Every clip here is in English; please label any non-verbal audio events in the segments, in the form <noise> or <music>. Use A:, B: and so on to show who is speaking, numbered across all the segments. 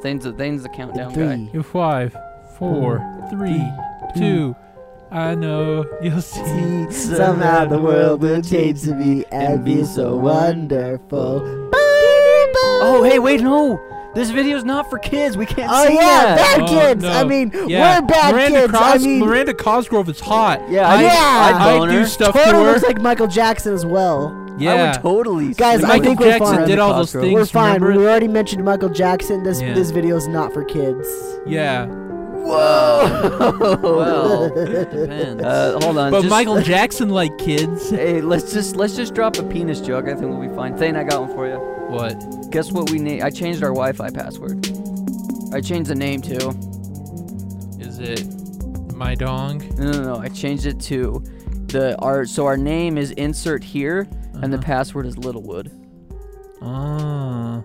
A: Thane's the, Thane's the countdown guy.
B: Three.
C: In five, four, three, two. I know you'll see.
B: See, somehow the world will change to me and be so wonderful.
A: Oh, hey, wait, no. This video's not for kids. We can't
B: Oh
A: see
B: yeah,
A: that.
B: bad
C: Oh,
B: kids. I
C: no.
B: mean,
C: Yeah.
B: we're bad
C: Miranda
B: kids.
C: Cros-
B: I mean,
C: Miranda Cosgrove is hot.
A: Yeah,
C: I,
A: I'd-
B: Yeah.
C: I,
A: I'd
C: do
A: boner.
C: stuff to
B: totally
C: her.
B: looks like Michael Jackson as well.
C: yeah.
A: I would totally.
B: Guys,
A: sleep
B: I
A: with
C: Michael
B: think
A: him.
B: we're
C: Jackson
B: fine.
C: did all those
A: Cosgrove.
C: things.
B: We're fine.
C: remember?
B: We already mentioned Michael Jackson. This
C: Yeah.
B: this video is not for kids.
C: Yeah.
A: Whoa. well, it <laughs> depends. Uh, hold on.
C: But
A: just- <laughs>
C: Michael Jackson like kids.
A: Hey, let's just let's just drop a penis joke. I think we'll be fine. Thane, I got one for you.
C: What?
A: Guess what we need? I changed our Wi-Fi password. I changed the name too.
C: Is it my dong?
A: No, no, no. I changed it to the our so our name is insert here and the
C: Uh-huh.
A: password is Littlewood.
C: Oh.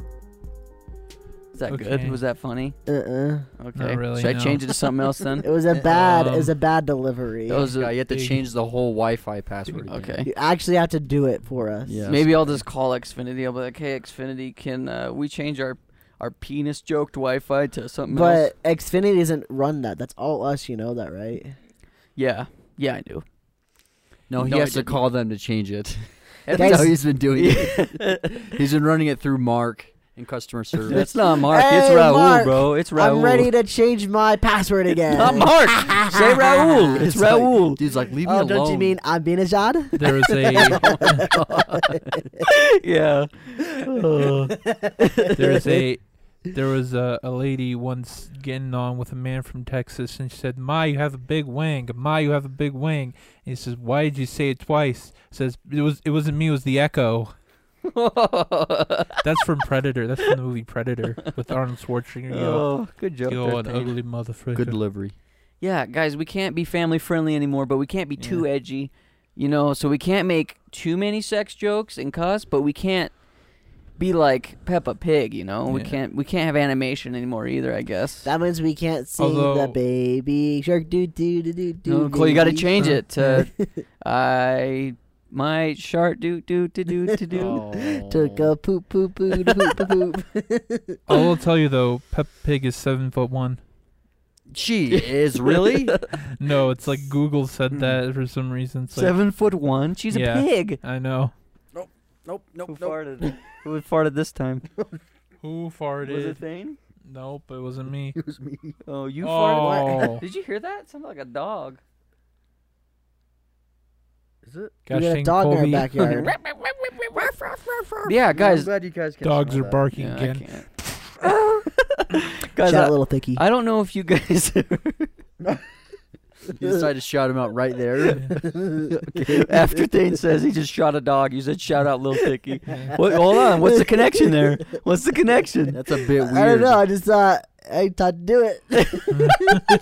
A: Is that
C: Okay.
A: good? Was that funny?
B: Uh uh
A: Okay.
C: really,
A: Should I
C: no.
A: change it to something else then?
B: <laughs> It was a bad. it was
C: Um,
B: a bad delivery.
A: That was a-
D: Yeah, you have to
C: big-
D: change the whole Wi-Fi password. again.
A: okay.
B: You actually have to do it for us.
D: Yeah.
A: Maybe I'll just call Xfinity. I'll be like, "Hey, Xfinity, can uh, we change our our penis joke to Wi-Fi to something else?"
B: But Xfinity doesn't run that. That's all us. You know that, right?
A: Yeah, yeah, I do.
D: No, he
A: No, I
D: has to
A: didn't.
D: call them to change it. <laughs>
B: Guys-
D: That's how he's been
A: <laughs>
D: doing it. he's been running it through Mark in customer service.
A: It's not Mark. it's
B: Hey,
A: Raul,
B: Mark.
A: bro. It's Raul.
B: I'm ready to change my password
A: <laughs>
B: again.
A: Not
B: <laughs>
A: Mark. Say Raul. It's,
D: like-
A: Raul.
D: <laughs> dude's like, leave me
B: Oh,
D: alone.
B: don't you mean Abinajad?
C: There was
A: <laughs> <laughs>
C: a
A: yeah.
C: there was a there was a, a lady once getting on with a man from Texas and she said, Ma, you have a big wing. Ma, you have a big wing. And he says, Why did you say it twice? Says it was it wasn't me, it was the echo. That's from Predator. That's from the movie Predator with Arnold Schwarzenegger. Yo,
A: oh, good joke.
C: yo
A: there,
C: an
A: Thane.
C: ugly motherfucker.
D: Good delivery.
A: Yeah, guys, we can't be family friendly anymore, but we can't be too edgy, you know. So we can't make too many sex jokes and cuss, but we can't be like Peppa Pig, you know. We
C: Yeah.
A: can't we can't have animation anymore either. I guess.
B: That means we can't sing the
C: Although-
B: baby shark. Do do do do do.
A: no, Cole, Oh, you got to
B: baby
A: change
C: Huh.
A: it <laughs> to I my shark do do do <laughs> do do do.
B: shark Took a poop poop poop poop poop.
A: <laughs>
B: poop.
C: I will tell you though, Peppa Pig is seven foot one.
D: She is really
C: No, it's like Google said that for some reason. It's like,
A: Seven foot one. She's
C: Yeah.
A: a pig.
C: I know.
D: nope, nope,
A: Who farted? <laughs> Who farted this time?
C: Who
A: Was it
C: farted?
A: Thane?
C: Nope, it wasn't me.
A: Oh, you farted.
C: oh,
A: <laughs> Did you hear that? It sounded like a dog.
C: <laughs>
D: Is it?
B: We got
C: gosh
B: a
C: dang
B: dog in our
A: <laughs>
C: Colby.
B: backyard.
A: Yeah, guys.
D: glad you guys can
C: Dogs are
D: smell that.
C: barking
A: Yeah, I
C: again.
A: can't. <laughs> guys,
B: Shout out,
A: I,
B: little thicky.
A: I don't know if you guys. <laughs>
D: <laughs> You decided to shout him out right there.
A: <laughs> after Dane says he just shot a dog, you said shout out Lil <laughs>
B: <laughs>
A: Dicky. What, hold on, what's the connection there? What's the connection?
D: That's a bit weird.
B: I don't know. I just thought I thought to do it.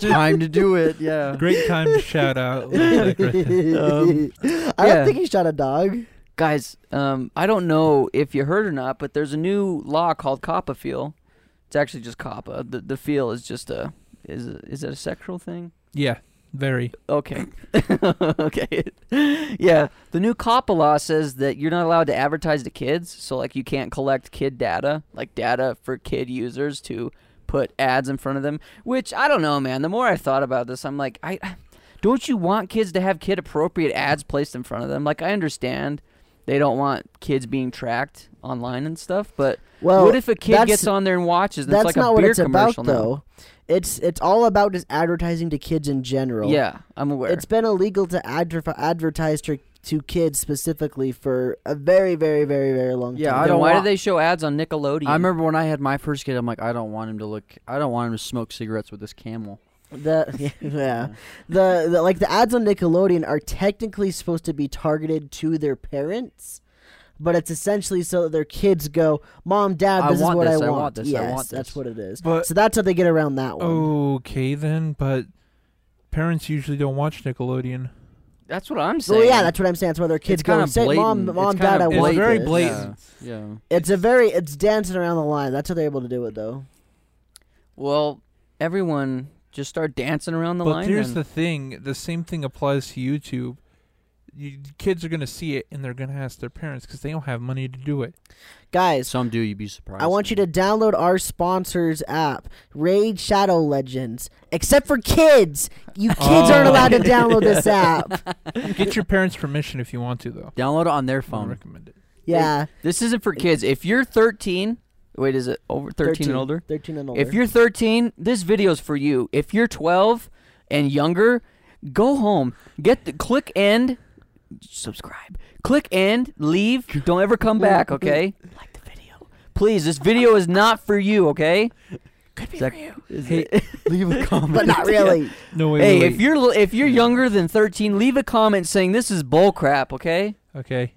A: <laughs>
D: <laughs> Time to do it. Yeah.
C: Great time to shout out. Looks like right
B: <laughs>
C: there.
A: Um,
B: I
A: yeah.
B: don't think he shot a dog.
A: Guys, um, I don't know if you heard or not, but there's a new law called COPPA feel. It's actually just COPPA. The the feel is just a is is it a sexual thing?
C: Yeah, very.
A: Okay. <laughs> okay. yeah. The new COPPA law says that you're not allowed to advertise to kids. So, like, you can't collect kid data, like data for kid users to put ads in front of them, which I don't know, man. The more I thought about this, I'm like, I don't you want kids to have kid appropriate ads placed in front of them? Like, I understand they don't want kids being tracked online and stuff, but
B: Well,
A: what if a kid
B: that's-
A: gets on there and watches? And
B: That's
A: it's like
B: not
A: a
B: what
A: beer
B: it's about,
A: commercial now?
B: though. It's it's all about just advertising to kids in general.
A: Yeah, I'm aware.
B: It's been illegal to adver- advertise to, to kids specifically for a very, very, very, very long
D: Yeah,
B: time.
D: I
A: then
D: don't
A: why
D: want-
A: do they show ads on Nickelodeon?
D: I remember when I had my first kid, I'm like, I don't want him to look. I don't want him to smoke cigarettes with this camel.
B: The <laughs> yeah, the, the like the ads on Nickelodeon are technically supposed to be targeted to their parents, but it's essentially so that their kids go, "Mom, Dad,
D: I
B: this is
D: want
B: what
D: this,
B: I
D: I
B: want."
D: want this, I
B: yes,
D: want
B: that's
D: this.
B: what it is.
C: But-
B: so that's how they get around that one.
C: Oh, Okay then, but parents usually don't watch Nickelodeon.
A: That's what I'm
B: well,
A: saying.
B: yeah, that's what I'm saying. That's why their kids
D: It's
B: go
D: kinda
B: and say, "Mom,
D: blatant. It's
B: Mom,
D: kinda
B: Dad, I
C: blatant.
B: want."
C: It's very
B: this."
C: blatant.
D: Yeah. yeah.
B: It's a very it's dancing around the line. That's how they're able to do it, though.
A: Well, everyone just start dancing around the
C: but
A: line.
C: here's
A: then.
C: the thing: the same thing applies to YouTube. you, kids are gonna see it and they're gonna ask their parents because they don't have money to
A: <laughs>
C: do it.
B: Guys,
D: Some do. You'd be surprised.
B: I want you to download our sponsors app, Raid Shadow Legends. Except for kids, you kids aren't
C: Oh.
B: allowed to download
D: <laughs>
B: this app.
C: Get your parents' permission if you want to, though.
D: download it on
C: I
D: their
C: wouldn't
D: phone.
C: recommend it.
B: Yeah,
A: This isn't for kids. If you're 13, wait, is it over 13,
B: 13.
A: and older?
B: thirteen and older.
A: If you're 13, this video's for you. If you're 12 and younger, go home. Get the click end, subscribe. Click end, leave. Don't ever come back. Okay. like the video, please. This video is not for you. Okay. Could be for you.
C: Hey,
A: leave <laughs> a comment.
B: but not really.
C: No way.
A: Hey, if you're li- if you're younger than 13, leave a comment saying this is bull crap. Okay.
C: okay,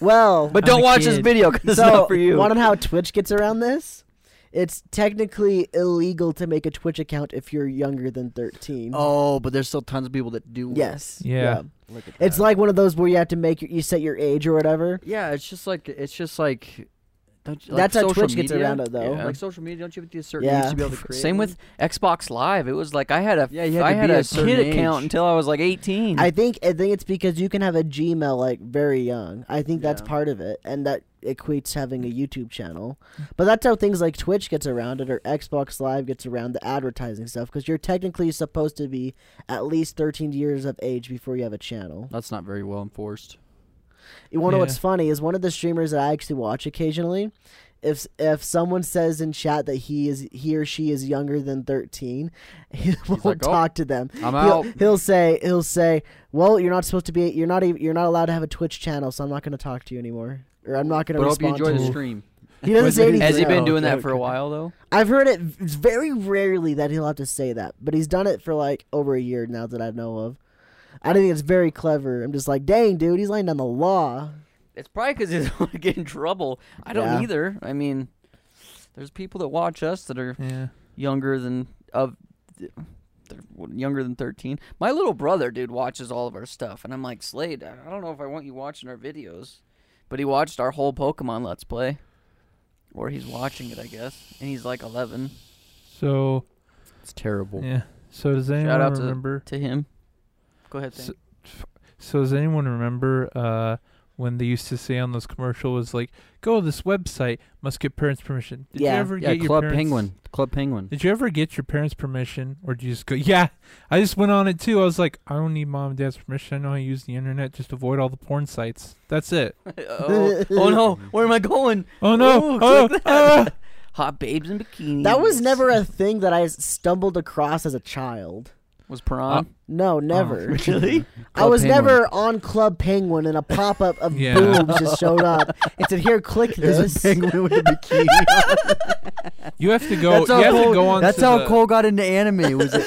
B: Well,
A: <laughs> But
C: I'm
A: don't
C: a
A: watch this
C: kid.
A: video because it's
B: so
A: not for you.
B: want to know how Twitch gets around this? It's technically illegal to make a Twitch account if you're younger than thirteen.
D: Oh, but there's still tons of people that do.
B: yes.
C: Yeah.
D: Look at
B: It's
D: that.
B: like one of those where you have to make your, you set your age or whatever.
D: Yeah, it's just like it's just like. Don't you,
B: That's
D: like
B: how
D: social
B: Twitch gets
D: media?
B: around it, though.
A: Yeah.
D: Like social media, don't you have to be a certain
B: Yeah.
D: age to be able to create?
A: Same
D: one?
A: with Xbox Live. It was like I had a
D: Yeah, you had
A: I
D: to
A: had
D: be
A: a,
D: a certain
A: kid
D: age.
A: account until I was like
D: Mm-hmm.
A: 18.
B: I think I think it's because you can have a Gmail like very young. I think that's
D: Yeah.
B: part of it, and that equates having a YouTube channel.
D: Mm-hmm.
B: But that's how things like Twitch gets around it, or Xbox Live gets around the advertising stuff, because you're technically supposed to be at least 13 years of age before you have a channel.
D: That's not very well enforced.
B: You want to know
C: Yeah.
B: what's funny is one of the streamers that I actually watch occasionally. If if someone says in chat that he is he or she is younger than 13, <laughs> he won't
D: like, "Oh,
B: talk to them.
D: I'm
B: he'll,
D: out.
B: he'll say he'll say, "Well, you're not supposed to be. You're not. Even, you're not allowed to have a Twitch channel, so I'm not going to talk to you anymore, or I'm not going
D: But
B: to
D: I hope you
B: respond."
D: enjoy
B: to
D: the
C: you.
D: stream.
B: you." He doesn't
C: Has
B: say anything.
A: Has he been
C: Oh,
A: doing that
C: okay,
A: for a
C: okay.
A: while though?
B: I've heard it it's very rarely that he'll have to say that, but he's done it for like over a year now that I know of. I don't think it's very clever. I'm just like, dang, dude, he's laying down the law.
A: It's probably because he
D: <laughs>
A: doesn't want to get in trouble. I don't
B: Yeah.
A: either. I mean, there's people that watch us that are
C: yeah.
A: younger than of they're younger than 13. My little brother, dude, watches all of our stuff, and I'm like, Slade, I don't know if I want you watching our videos, but he watched our whole Pokemon Let's Play, or he's watching it, I guess, and he's like 11.
C: So
D: It's terrible.
C: yeah. So does anyone
A: Shout out to-
C: remember?
A: To him, go ahead.
C: S-
A: Thane.
C: So does anyone remember uh, when they used to say on those commercials like, "Go to this website, must get parents' permission." Did
B: Yeah.
C: you ever
D: Yeah,
C: get
D: Club
C: your parents-
D: Penguin. Club Penguin.
C: Did you ever get your parents' permission, or did you just go? Yeah, I just went on it too. I was like, I don't need mom and dad's permission. I know I use the internet. Just avoid all the porn sites. That's it.
A: <laughs> oh, oh no, where am I going?
C: Oh no!
A: Ooh,
C: oh,
A: click
C: ah!
A: that. Hot babes in bikinis.
B: That was never a thing that I stumbled across as a child.
A: was piranha.
B: No, never. <laughs>
A: really?
B: I was
D: Penguin.
B: never on Club Penguin and a pop up of
C: Yeah.
B: boobs just showed up. It said, "Here,
D: <laughs>
B: click
D: There's a
B: this." <laughs>
C: <laughs>
D: penguin with a bikini.
C: You have to go.
D: That's how
C: you have
D: Cole-
C: to go on.
D: That's
C: to
D: how
C: the,
D: Cole got into anime. Was
C: <laughs>
D: it?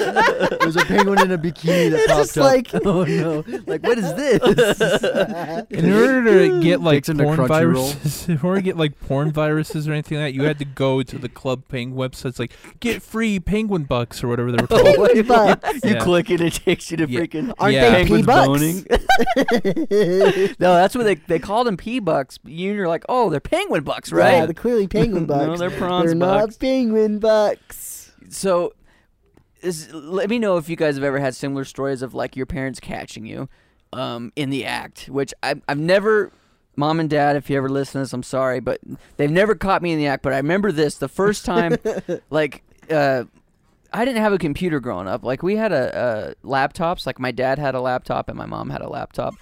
D: it was a penguin in a bikini that
B: It's
D: popped
B: just
D: up.
B: like-
D: <laughs> oh no! Like
C: <laughs>
D: what is this?
C: In order to get like
D: Dicks into
C: porn
D: Crunchyroll.
C: viruses, <laughs> in order to get like porn viruses or anything like that, you had to go to the Club Penguin websites, like get free penguin bucks or whatever they were called.
D: <laughs>
B: Penguin butt.
D: Uh,
A: <laughs> You
C: Yeah.
A: click it, it takes you to
C: Yeah.
A: freaking.
B: Aren't
C: Yeah.
B: they pee
A: Penguins
B: bucks?
A: boning. No, that's what they they called them pea bucks. but You and you're like, oh, they're penguin bucks, right?
B: <laughs> Yeah,
A: <laughs>
B: they're clearly
D: <laughs>
B: penguin bucks.
A: no, they're prawns bucks.
B: not penguin bucks.
A: So, is, let me know if you guys have ever had similar stories of like your parents catching you um, in the act, which I, I've never. Mom and Dad, if you ever listen to this, I'm sorry, but they've never caught me in the act. But I remember this the first time, like. Uh, I didn't have a computer growing up. Like we had a, a laptops. Like my dad had a laptop and my mom had a laptop.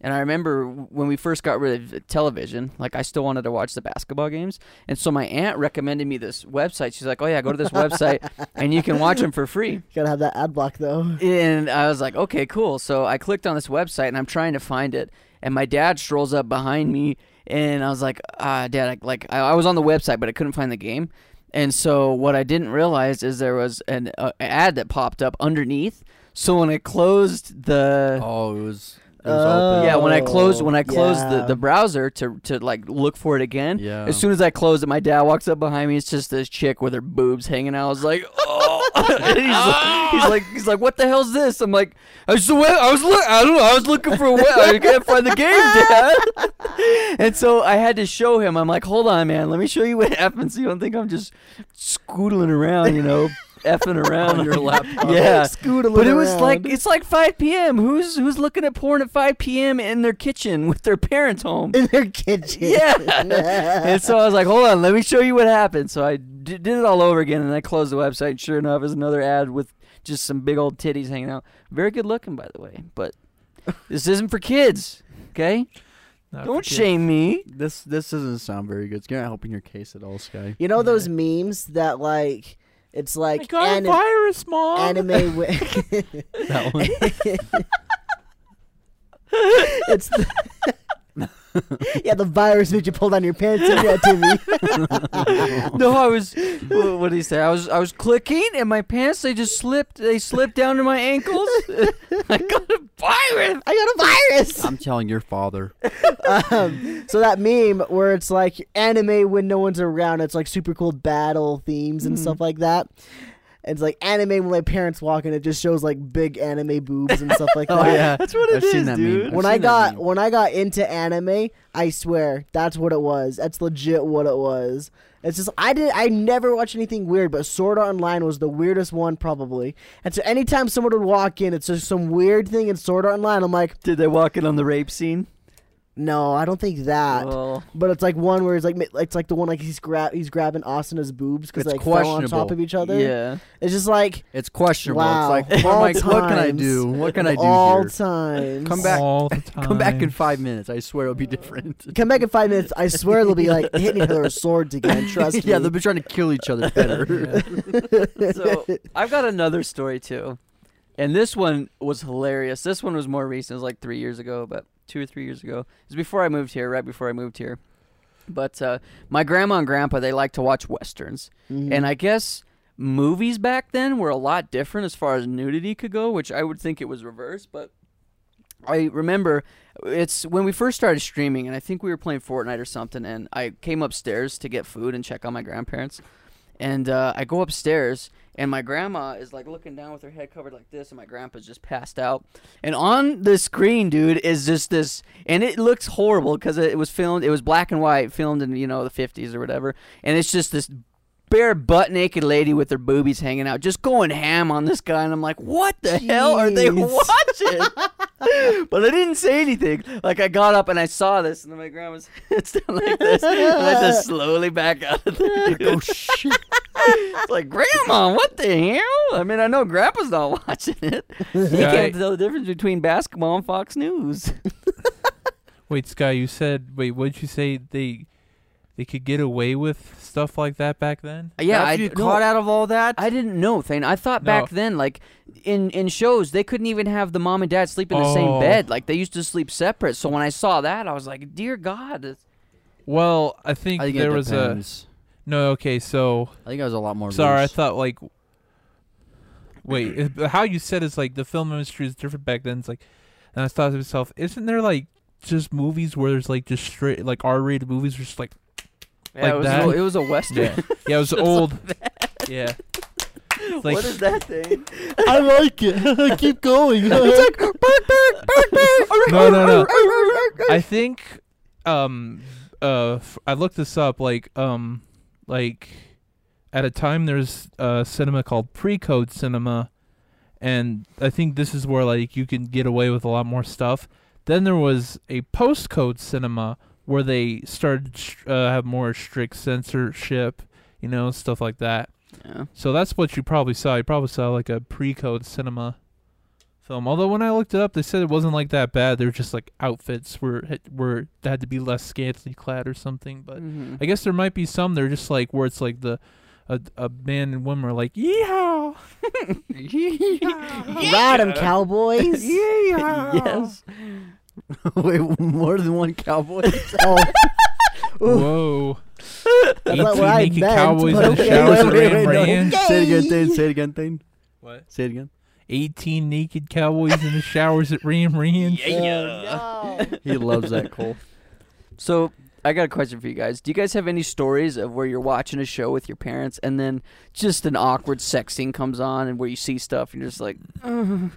A: And I remember when we first got rid of television, like I still wanted to watch the basketball games. And so my aunt recommended me this website. She's like, "Oh yeah, go to this website and you can watch them for free."
B: Gotta have that ad block though.
A: <laughs> And I was like, okay, cool. So I clicked on this website and I'm trying to find it. And my dad strolls up behind me and I was like, ah, dad, I, like I, I was on the website, but I couldn't find the game. And so what I didn't realize is there was an uh, ad that popped up underneath. So when I closed the
D: oh, it was. It was
B: Oh.
D: open.
A: yeah, when I closed when I closed
B: yeah.
A: the, the browser to to like look for it again.
D: Yeah.
A: As soon as I closed it, my dad walks up behind me. It's just this chick with her boobs hanging out. I was like, oh. <laughs> And he's, like, he's like, he's like, what the hell's this? I'm like, I was the- I was look, I don't know, I was looking for a web. I can't find the game, dad. <laughs> and so I had to show <laughs> him. I'm like, hold on, man, let me show you what happens. so You don't think I'm just scoodling around, you know. effing around
D: On <laughs> your
A: <laughs>
D: laptop.
A: Yeah,
B: <laughs> Scoot a
A: but it
B: little
A: was like
B: around. <laughs>
A: it's like 5 p.m. Who's who's looking at porn at 5 p.m. in their kitchen with their parents home?
B: in their kitchen. <laughs>
A: Yeah. and so I was like, hold on, let me show you what happened. So I d- did it all over again, and I closed the website. Sure enough, is another ad with just some big old titties hanging out. Very good looking, by the way. But this isn't for kids, okay?
C: Not for
A: Don't
C: kids.
A: shame me.
D: This this doesn't sound very good. It's not helping your case at
A: <laughs>
D: all, Sky.
B: you know those memes that like it's
C: I
B: like
C: got
B: ani-
C: a virus,
A: <laughs>
C: mom.
B: anime. Wi- <laughs>
D: That one.
B: it's the <laughs> yeah the virus made you pull down your pants. Send that to me.
A: No, I was. wha- What did he say? I was. I was clicking, and my pants they just slipped. They slipped down to my ankles. <laughs> I got a virus.
B: <laughs> I got a virus.
D: I'm telling your <laughs> father.
B: um, so that meme where it's like anime when no one's around, it's like super cool battle themes and stuff like that. And it's like anime when my parents walk in, it just shows like big anime boobs and stuff like <laughs> that.
A: that's what it
D: Oh, I've seen
A: is,
D: that
A: dude.
D: Meme. I've
B: When I
D: seen that
B: got
D: meme.
B: when I got into anime, I swear that's what it was. That's legit what it was. It's just I did I never watched anything weird, but Sword Art Online was the weirdest one probably. And so anytime someone would walk in, it's just some weird thing in Sword Art Online. I'm like,
A: Did they walk in on the rape scene?
B: no, I don't think that.
A: Well,
B: But it's like one where it's like ma- it's like the one like he's grab he's grabbing Asana's boobs because
D: It's
B: they like fell on top
D: questionable.
B: of each other.
A: yeah.
B: It's just like
D: It's questionable.
B: Wow.
D: It's like,
B: All
D: oh, Mike, what can I
B: times.
D: do? What can I do
B: all
D: here?
B: times.
D: Come back-
C: all the time.
D: <laughs> Come back in five minutes. I swear it'll be different.
B: <laughs> Come back in five minutes. I swear they'll be like hitting each other with swords
D: <laughs>
B: again. Trust
D: yeah,
B: me.
D: they'll be trying to kill each other better.
A: so I've got another story too, and this one was hilarious. This one was more recent. It was like three years ago, but two or three years ago. It was before I moved here, right before I moved here. But uh, my grandma and grandpa they like to watch westerns,
B: <laughs> Mhm.
A: and I guess movies back then were a lot different as far as nudity could go, which I would think it was reversed, but I remember it's when we first started streaming and I think we were playing Fortnite or something and I came upstairs to get food and check on my grandparents. And uh, I go upstairs and my grandma is like looking down with her head covered like this and my grandpa's just passed out. And on the screen, dude, is just this and it looks horrible cuz it was filmed it was black and white filmed in, you know, the 50s or whatever. And it's just this bare butt naked lady with her boobies hanging out, just going ham on this guy, and I'm like, what the hell are they
B: Jeez.
A: watching? <laughs> but I didn't say anything. Like I got up and I saw this, and then my grandma's <laughs> head's down like this, and I just slowly back out of there.
D: oh <laughs> shit!
A: It's <laughs> like, Grandma, what the hell? I mean, I know Grandpa's not <laughs> watching it. He
C: Right.
A: can't tell the difference between basketball and Fox News.
C: Wait, Sky, you said. Wait, what'd you say? They they could get away with stuff like that back then.
A: <laughs> Yeah,
D: After
A: I
D: you
A: no,
D: caught out of all that.
A: I didn't know, Thane. I thought
C: No.
A: back then, like in in shows, they couldn't even have the mom and dad sleep in the same
C: Oh.
A: bed. Like they used to sleep separate. So when I saw that, I was like, "Dear God!" it's-
C: Well, I think,
D: I think
C: there
D: it
C: was
D: depends.
C: a no. Okay, so
D: I think I was a lot more.
C: sorry. I
D: loose.
C: thought like. Wait, it- but how you said it's like the film industry is different back then. It's like, and I thought to myself, isn't there like just movies where there's like just straight like R-rated movies, where it's like
A: Yeah,
C: Like
A: it was
C: that?
A: A, it was a western. <laughs>
C: yeah, <laughs> yeah, it was old, yeah. It's Like,
A: what is that <laughs> thing?
B: I like it. Keep going.
D: <laughs>
B: it's like
C: no, no, no. I think um uh f- I looked this up like um like at a time there's a cinema called pre-code cinema and I think this is where like you can get away with a lot more stuff. Then there was a post-code cinema where they started sh- uh, have more strict censorship, you know, stuff like that.
A: Yeah.
C: So that's what you probably saw. You probably saw like a pre-code cinema film. Although when I looked it up, they said it wasn't like that bad. They were just like outfits were had- were that had to be less scantily clad or something.
B: Mm.
C: But
A: Mhm.
C: I guess there might be some that are just like where it's like the a, a man and woman are like yeehaw.
B: Rad 'em, cowboys.
A: yes.
D: Wait, more than one cowboy. <laughs>
B: Oh,
C: Whoa.
B: that's
C: Eighteen
B: not what <laughs> I
C: naked
B: meant.
C: cowboys
B: but
C: in the
B: okay.
C: showers
D: <laughs>
B: Wait,
C: of
B: wait, wait,
C: Ram
B: no. <laughs>
C: Ranch.
D: Say it again, Thane. Say it again, Thane.
C: What?
D: Say it again.
C: Eighteen naked cowboys in the showers at Ram Ranch.
D: He loves that Cole.
A: So I got a question for you guys. Do you guys have any stories of where you're watching a show with your parents and then just an awkward sex scene comes on and where you see stuff and you're
B: <sighs>
A: just like, "Ugh."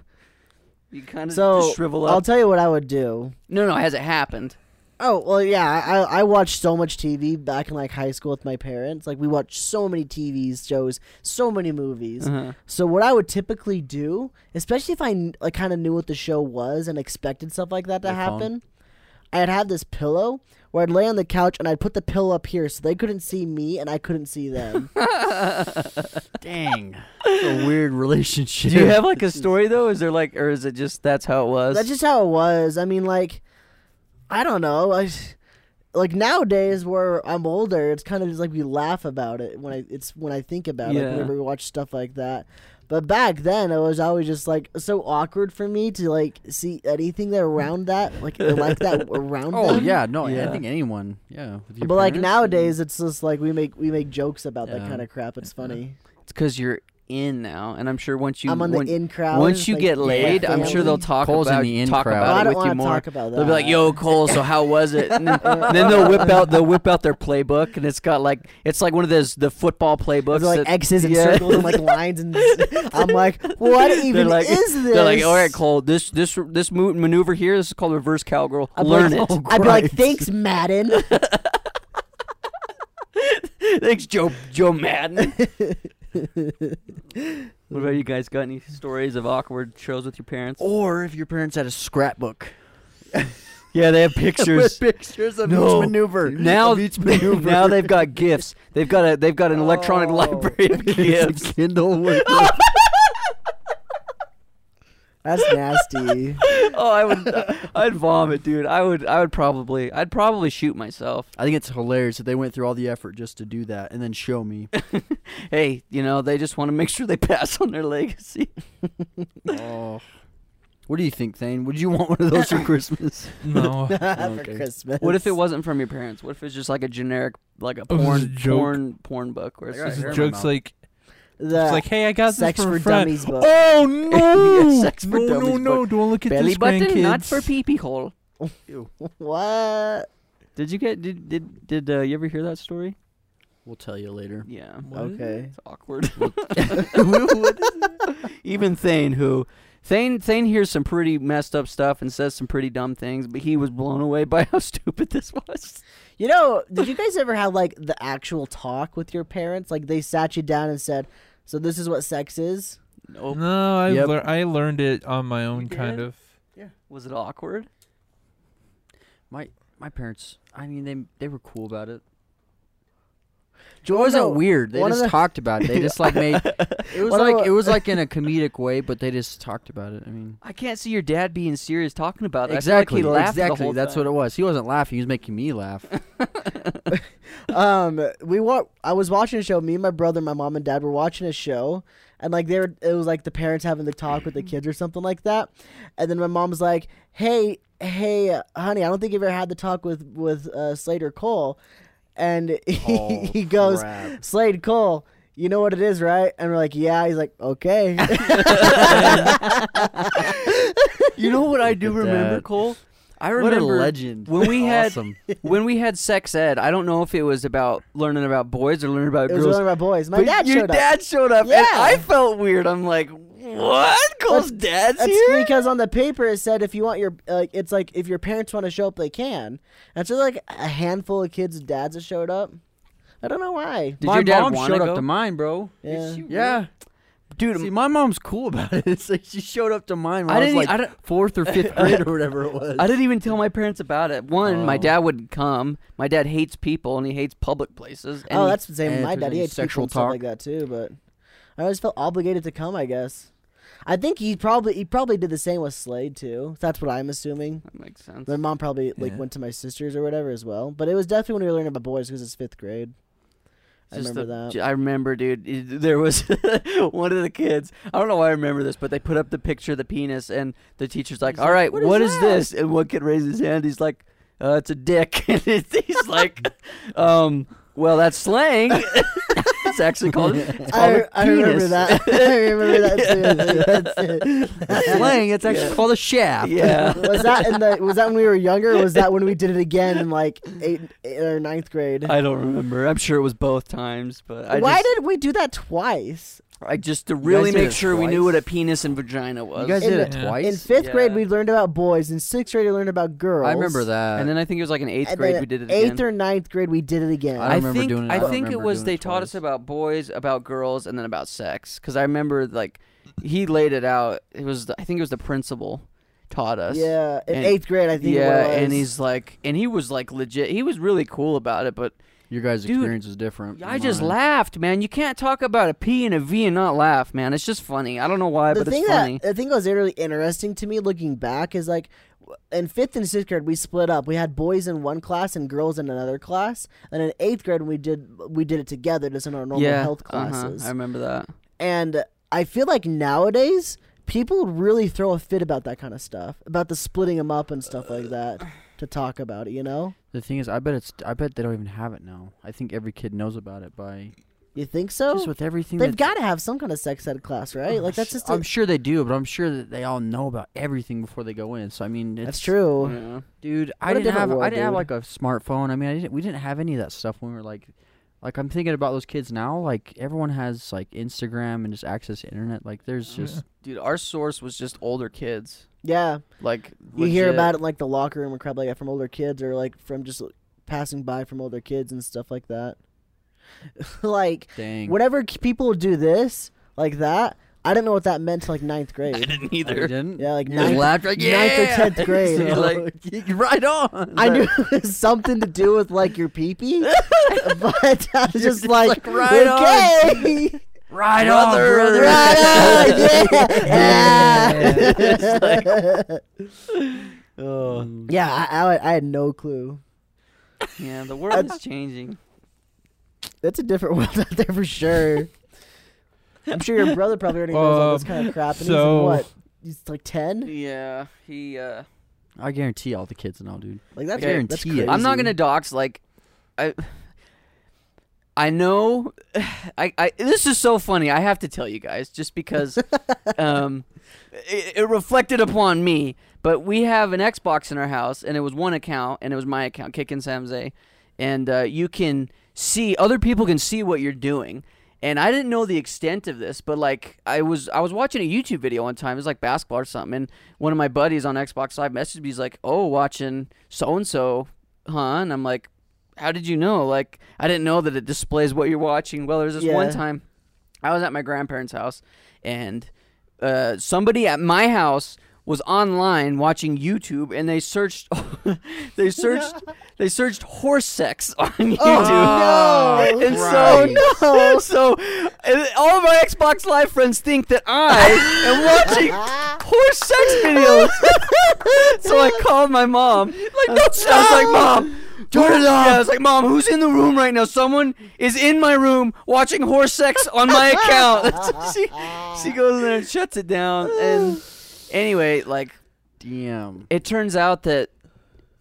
A: you kind of
B: So,
A: shrivel up.
B: I'll tell you what I would do.
A: no, no, has it happened?
B: Oh well, yeah. I I watched so much TV back in like high school with my parents. Like we watched so many TV shows, so many movies. <laughs>
A: Uh-huh.
B: So what I would typically do, especially if I kn- like kind of knew what the show was and expected stuff like that to
D: Your phone?
B: happen, I'd have this pillow where I'd lay on the couch and I'd put the pillow up here so they couldn't see me and I couldn't see them.
D: <laughs> Dang, That's a weird relationship.
A: Do you have like a story though? Is there like, or is it just that's how it was?
B: That's just how it was. I mean, like, I don't know. I like nowadays where I'm older, it's kind of just like we laugh about it when I it's when I think about it.
A: Yeah.
B: Like, whenever we watch stuff like that. But back then, it was always just like so awkward for me to like see anything that around that, like
A: <laughs>
B: like that around. <laughs>
D: Oh
B: them.
D: yeah, no,
A: Yeah.
D: I think anyone. Yeah, with your
B: But like
D: parents,
B: nowadays, it's just like we make we make jokes about that
D: Yeah.
B: kind of crap. It's funny.
A: it's because you're in now, and I'm sure once you
B: I'm on the
A: when-
B: in crowd.
A: once you
B: like,
A: get
B: with
A: laid,
B: my
A: I'm sure they'll
B: family.
A: talk
D: Cole's in
A: about
D: the in
A: talk
D: crowd.
B: Well, I
A: about
B: don't
A: it with you
B: want to
A: more.
B: talk about that.
A: They'll be like, "Yo, Cole, so how was it?"
B: <laughs>
A: And then, and then they'll whip out they'll whip out <laughs> their playbook, and it's got like it's like one of those the football playbooks.
B: Those are like
A: that-
B: X's and
A: yeah. <laughs>
B: circles and like lines and I'm like, what
A: They're
B: even
A: like,
B: is this?
A: They're like, "All right, Cole, this this this mo- maneuver here, this is called reverse cowgirl.
B: I'd be
A: Learn <laughs>
B: like, "Oh,
A: it."
B: I'd be like,
A: <laughs>
B: thanks, Madden.
A: Thanks, Joe Joe Madden.
B: <laughs>
A: what about you guys? Got any stories of awkward shows with your parents?
B: Oh.
D: or if your parents had a scrapbook
A: Yeah, they have
B: <laughs>
D: with pictures of
A: No.
D: each
A: <laughs>
D: maneuver.
A: now,
D: of each maneuver.
A: now <laughs> they've got gifts. They've got a they've got an electronic
B: Oh.
A: library
B: <laughs>
A: of
D: It's
A: gifts. <laughs>
D: a Kindle. with-
B: That's
A: <laughs>
B: nasty. <laughs>
A: oh, I would I'd vomit, dude. I would I would probably I'd probably shoot myself.
D: I think it's hilarious that they went through all the effort just to do that and then
A: <laughs>
D: show me.
A: Hey, you know they just want to make sure they <laughs> pass on their legacy.
D: oh. What do you think, Thane? Would you want one of those for Christmas?
B: <laughs>
C: No.
B: For
D: Okay.
B: Christmas.
A: What if it wasn't from your parents? What if it's just like a generic like a
C: was just a
A: porn
C: joke.
A: porn porn book or
D: I got
A: something?
C: This
D: hair in
C: is
D: my
C: jokes
D: mouth.
C: like
B: the
C: it's like, hey, I got
B: Sex
C: this from
B: for
C: a friend.
B: Dummies book?
A: <laughs>
B: <laughs>
C: Oh no!
A: Yeah, Sex for
C: no, no,
A: Dummies
C: no!
A: book.
C: Don't look at
A: Belly
C: this,
A: button,
C: grandkids.
A: not for pee pee hole.
B: What?
A: Did you get did did did uh, you ever hear that story?
D: We'll tell you
A: <laughs>
D: later.
A: Yeah,
C: What is it?
B: Okay.
A: it's <laughs> awkward. Even Thane, who Thane Thane hears some pretty messed up stuff and says some pretty dumb things, but he was blown away by how <laughs> stupid this was.
B: You know, did you guys ever have like the actual talk with your parents? Like they sat you down and said, so this is what sex is?
A: Nope.
C: No, I
D: Yep.
C: lear- I learned it on my own, kind
A: did?
C: of.
A: Was it awkward?
D: My parents, I mean, they they were cool about it.
B: Do you
D: It wasn't
B: know-
D: weird. They
B: one of
D: just
B: the-
D: talked about it. They just like made it was
B: One of
D: like
B: the-
D: it was like in a comedic way, but they just talked about it. I mean,
A: I can't see your dad being serious talking about it.
D: exactly,
A: I feel like he laughed
D: exactly.
A: The whole
D: That's what it was. He wasn't laughing. He was making me laugh.
B: um we wa- i was watching a show me and my brother my mom and dad were watching a show and like they were it was like the parents having the talk with the kids or something like that and then my mom's like hey hey uh, honey i don't think you've ever had the talk with with uh, slater cole and <laughs> he,
D: Oh,
B: he goes
D: crap.
B: slade cole you know what it is right and we're like yeah he's like
A: <laughs>
B: okay <laughs>
A: You know what I do
D: Look at
A: remember,
D: that.
A: Cole? I
D: What a
A: remember
D: legend.
A: when we had-
D: awesome.
A: when we had sex ed. I don't know if it was about learning about boys or learning about
B: it was
A: girls.
B: one of my boys my
A: but
B: dad
A: your
B: showed up
A: dad showed up,
B: Yeah.
A: and I felt weird. I'm like, what? Cole's dad's
B: That's
A: here?
B: because on the paper it said if you want your like it's like if your parents want to show up they can. And so like a handful of kids' dads have showed up. I don't know why.
D: Did
A: My
D: your
A: mom
D: dad
A: wanna
D: showed up
A: go?
D: to mine, bro?
B: Yeah.
D: Yeah,
A: Dude,
D: See, my mom's cool about it. <laughs> It's like she showed up to mine
A: I
D: when I, was
A: didn't-
D: like
A: I don't-
D: fourth or fifth grade or whatever it was.
A: I didn't even tell my parents about it. One, my
D: Oh.
A: dad would come. My dad hates people and he hates public places. And
B: oh,
A: he-
B: that's the same. with
D: and
B: My
D: if
B: dad
D: there's
B: he
D: any
B: hates people
D: sexual
B: and stuff
D: talk.
B: like that too. But I always felt obligated to come. I guess. I think he probably he probably did the same with Slade too. That's what I'm assuming.
A: that makes sense.
B: My mom probably like
D: Yeah.
B: went to my sisters or whatever as well. But it was definitely when we were learning about boys because it's fifth grade. I
A: Just
B: remember
A: the-
B: that.
A: j- I remember, dude. it- There was <laughs> one of the kids. I don't know why I remember this, but they put up the picture of the penis, and the teacher's like,
B: He's
A: "All
B: like,
A: right,
B: "What is
A: what is,
B: that?"
A: this?" And one kid raises his hand. He's like, uh, "It's a dick." <laughs> and it's-
B: <laughs>
A: he's like, um, "Well, that's slang. <laughs> it's actually called,
B: <laughs>
A: it's called
B: I,
A: a
B: I remember
A: penis."
B: that. <laughs> I remember that too. That's
A: <laughs>
B: it.
D: slang. It's actually called a shaft.
A: Yeah.
B: <laughs>
A: <laughs>
B: was that in the was that when we were younger or was that when we did it again in like eight, eight or ninth grade
A: I don't remember. I'm sure it was both times, but I
B: why
A: just,
B: did we do that twice
A: Like just to really
D: did
A: make
D: it
A: sure we knew what
D: twice?
A: a penis and vagina was.
D: You guys
B: In
D: did it
C: the-
D: twice.
B: In fifth
A: Yeah.
B: grade, we learned about boys. In sixth grade, we learned about girls.
D: I remember that.
A: and then I think it was like in eighth
B: And
A: grade
B: then
A: we did it
B: Eighth
A: again.
B: or ninth grade, we did it again.
D: I don't remember
A: think
D: doing it.
A: I,
D: I don't
A: think it
D: remember
A: was
D: doing
A: they
D: it
A: taught us
D: twice.
A: about boys, about girls, and then about sex. Because I remember like he laid it out. It was the- I think it was the principal taught us.
B: yeah, in
A: And-
B: eighth grade, I think. it
A: yeah,
B: was.
A: and he's like, and he was like legit. He was really cool about it, but
D: Your guys'
A: Dude,
D: experience is different.
A: I
D: than
A: just
D: mine.
A: laughed, man. You can't talk about a P and a V and not laugh, man. It's just funny. I don't know why,
B: the
A: but
B: thing
A: it's funny.
B: that the thing that was really interesting to me looking back is like w- in fifth and sixth grade we split up. We had boys in one class and girls in another class. And in eighth grade we did we did it together just in our normal
A: yeah,
B: health
A: uh-huh,
B: classes.
A: I remember that.
B: And I feel like nowadays people really throw a fit about that kind of stuff, about the splitting them up and stuff like that to talk about it. You know,
D: The thing is, I bet it's. I bet they don't even have it now. I think every kid knows about it by
B: you think so?
D: just with everything.
B: Oh, They've
D: that's-
B: got to have some kind of sex ed class, right?
A: Oh,
B: Like that's just a,
D: I'm sure they do, but I'm sure that they all know about everything before they go in. So I mean, it's,
B: that's true.
A: Yeah.
D: dude.
B: What
D: I
B: a
D: didn't
B: different
D: have.
B: world,
D: I didn't have
B: dude.
D: like a smartphone. I mean, I didn't. We didn't have any of that stuff when we were like, like I'm thinking about those kids now. Like everyone has like Instagram and just access to internet. Like there's
B: Mm.
C: Yeah.
D: just
A: Dude, our source was just older kids.
B: Yeah.
A: Like
B: You hear
A: legit.
B: about it in, like the locker room and crap like that from older kids or like from just like, passing by from older kids and stuff like that. <laughs> like
D: dang.
B: whenever k- people do this like that, I didn't know what that meant to like ninth
A: I
B: grade.
A: didn't
D: I
A: either.
B: <laughs>
D: didn't. <laughs>
B: Yeah, like
D: You just
B: ninth,
D: laughed like yeah.
B: ninth or
D: <laughs>
B: tenth grade.
A: You're like, right on.
B: <laughs> I knew it was something to do with like your pee pee, but I was just like,
D: right on.
B: okay,
D: Right
A: on, brother. <laughs>
B: right on,
C: Yeah.
B: <laughs> yeah. Oh, yeah, I, I, I had no clue.
A: Yeah, the world is changing.
B: That's a different <laughs> world out there for sure. I'm sure your brother probably already knows all this
C: Um,
B: kind of crap. And
C: so-
B: he's what? He's like ten.
A: Yeah, he. uh
D: <laughs> I guarantee all the kids know, dude.
B: Like that's,
A: I
B: that's
D: guarantee
B: crazy.
D: it.
A: I'm not gonna dox. Like, I. I know. <sighs> I, I. This is so funny. I have to tell you guys, just
B: <laughs>
A: because, um, it, it reflected upon me. But we have an Xbox in our house, and it was one account, and it was my account, Kickin' Samze, and uh, you can see other people can see what you're doing. And I didn't know the extent of this, but like I was I was watching a YouTube video one time. It was like basketball or something, and one of my buddies on Xbox Live messaged me. He's like, "Oh, watching so and so, huh?" And I'm like, "How did you know? Like, I didn't know that it displays what you're watching." Well, there's this one
B: Yeah.
A: time I was at my grandparents' house, and uh, somebody at my house was online watching YouTube, and they searched, <laughs> they searched, they searched horse sex on YouTube.
B: Oh no!
A: And
D: Christ.
A: so, <laughs> so and all of my Xbox Live friends think that I
B: <laughs>
A: am watching horse sex <laughs> videos. so I called my mom. Like, no, I was like, Mom, turn it off. Yeah, I was like, Mom, who's in the room right now? Someone is in my room watching horse sex on my account. <laughs> So she, she goes in there and shuts it down. And anyway, like,
D: Damn.
A: it turns out that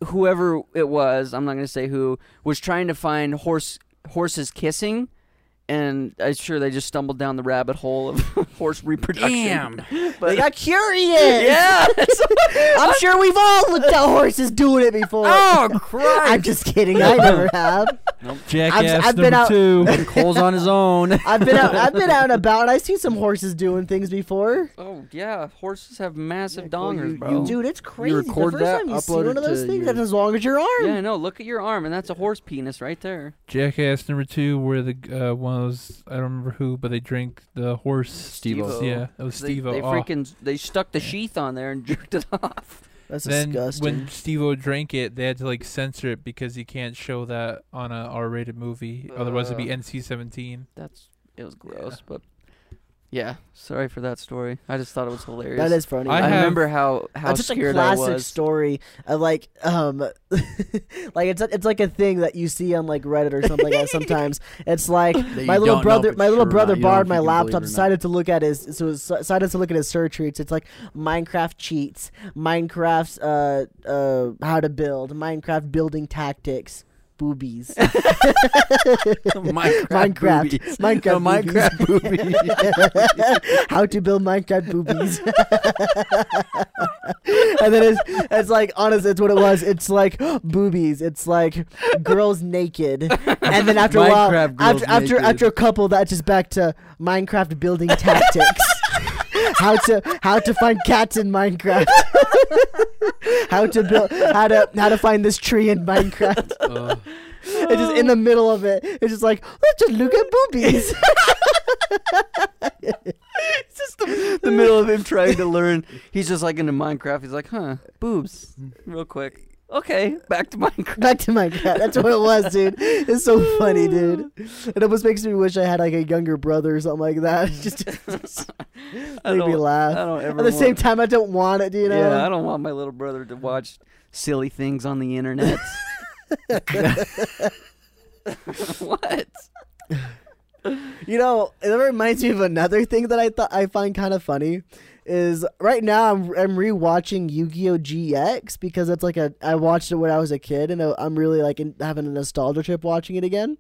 A: whoever it was, I'm not going to say who, was trying to find horse horses kissing, and I'm sure they just stumbled down the rabbit hole of <laughs> horse reproduction.
B: They
A: But
B: got curious.
A: yeah, <laughs> so-
B: I'm sure we've all looked at horses doing it before.
A: oh <laughs>
B: I'm
A: Christ!
B: just kidding. I never have.
C: Jackass
B: Mm-hmm. I've been
C: number
B: out- <laughs>
C: two.
D: <laughs> Cole's on his own.
B: I've been out. I've been out and about. and I've seen some horses doing things before.
A: oh yeah, horses have massive
D: well,
A: dongers,
D: you-
A: bro.
D: you
B: Dude, it's crazy.
D: record
B: the first
D: that,
B: time you see
D: upload it
B: one of those
D: to
B: things,
D: your-
B: that's as long as your arm.
A: yeah, no. Look at your arm, and that's a horse penis right there.
C: Jackass number two, where the uh, one of those I don't remember who, but they drink the horse.
D: Steve-O.
C: Yeah, it was
A: They,
C: Steve-O.
A: they
C: Oh.
A: freaking they stuck the sheath on there and <laughs> jerked it off.
B: That's
C: then
B: disgusting.
C: when Steve-O drank it, they had to like censor it because you can't show that on a R-rated movie. Otherwise, it'd be
B: Uh.
A: Ugh.
B: <laughs>
C: NC-17.
A: That's it was gross, but yeah. Sorry for that story. I just thought it was hilarious.
B: that is funny.
C: I
A: I,
C: have-
A: remember how how
B: That's such a
A: scared I
B: classic
A: was.
B: story of like, um, <laughs> like it's it's like a thing that you see on like Reddit or something like
A: <laughs>
B: that. Sometimes it's like
D: you
B: my little
D: don't know
B: brother,
D: for
B: my little
D: sure or
B: brother
D: not. You don't know
B: borrowed
D: if
B: my
D: you can believe it or
B: laptop,
D: not.
B: decided to look at his, so decided to look at his search treats. It's like Minecraft cheats, Minecraft's uh uh how to build, Minecraft building tactics, boobies. <laughs>
D: <laughs> Minecraft.
B: Minecraft. <laughs>
D: <laughs> boobies.
B: Minecraft
D: The Minecraft boobies.
B: <laughs> How to build Minecraft boobies. <laughs> and then it's it's like honest, it's what it was. It's like boobies. It's like girls naked. <laughs> And then after a while,
D: Minecraft girls
B: after after,
D: naked.
B: after a couple, that's just back to Minecraft building
D: <laughs>
B: tactics. <laughs> how to how to find cats in Minecraft. how to build how to how to find this tree in Minecraft.
C: Ugh.
B: It's just in the middle of it. It's just like let's just look at boobies. <laughs>
A: It's just <laughs> the, the middle of him trying to learn. He's just like into Minecraft. He's like, huh, boobs, real quick. Okay, back to Minecraft.
B: Back to Minecraft. That's what it was, dude. It's so funny, dude. It almost makes me wish I had like a younger brother or something like that.
A: <laughs>
B: <laughs> just, just
A: <laughs> I
B: made me
A: don't- I
B: laugh.
A: don't ever.
B: At the same
A: want-
B: time, I don't want it, you know.
A: yeah, I don't want my little brother to watch silly things on the
B: <laughs>
A: internet. <laughs> what?
B: You know, it reminds me of another thing that I thought I find kind of funny is right now I'm I'm rewatching Yu-Gi-Oh GX because it's like a I watched it when I was a kid and I- I'm really like in, having a nostalgia trip watching it again.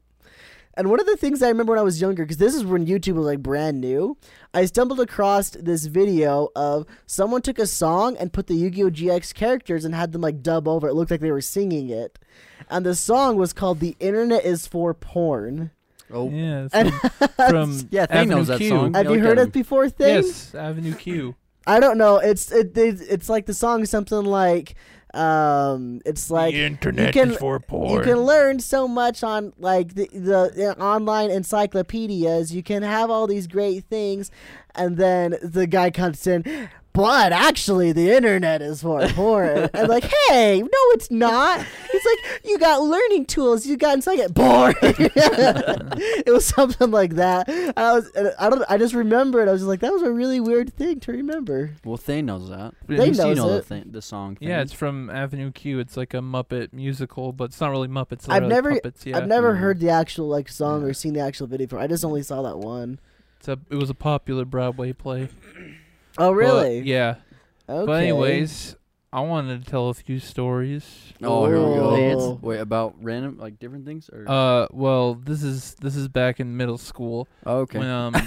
B: And one of the things I remember when I was younger, because this is when YouTube was like brand new, I stumbled across this video of someone took a song and put the Yu-Gi-Oh GX characters and had them like dub over. It looked like they were singing it, and the song was called "The Internet Is for Porn." <laughs>
D: Oh,
C: Yeah, it's
B: And-
C: from,
B: <laughs>
C: from
D: Yeah, Thang
C: Avenue
D: knows that
C: Q.
D: song.
B: Have
D: Yeah,
B: you
D: like
B: heard
D: an-
B: it before? Thing
C: Yes, Avenue Q.
B: I don't know. It's it, it it's like the song is something like um it's like
C: the internet
B: can-
C: is for
B: you
C: porn.
B: can learn so much on like the, the uh, online encyclopedias. You can have all these great things, and then the guy comes in. But actually, the internet is for
C: <laughs>
B: porn. I'm like, hey, no, it's not. It's like you got learning tools. You got encyclopedia. Porn. <laughs> it was something like that. I was. I don't. I just remembered. I was just like, that was a really weird thing to remember.
D: well, Thane knows that.
B: They
D: you
B: knows
D: know the,
B: it.
D: thing, the song. Thing.
C: yeah, it's from Avenue Q. It's like a Muppet musical, but it's not really Muppets. It's
B: I've
C: literally
B: never-
C: puppets, yeah. Mm-hmm.
B: I've never
D: Mhm.
B: heard the actual like song
D: Yeah.
B: or seen the actual video for. it. I just only saw that one.
C: It's a, it was a popular Broadway play.
B: Oh
C: but-
B: really?
C: yeah.
B: Okay.
C: But anyways, I wanted to tell a few stories.
D: Oh, here we go.
B: Lance.
D: Wait, about random, like different things? Or?
C: Uh, well, this is this is back in middle school.
D: oh, okay.
C: When, um,
D: <laughs> I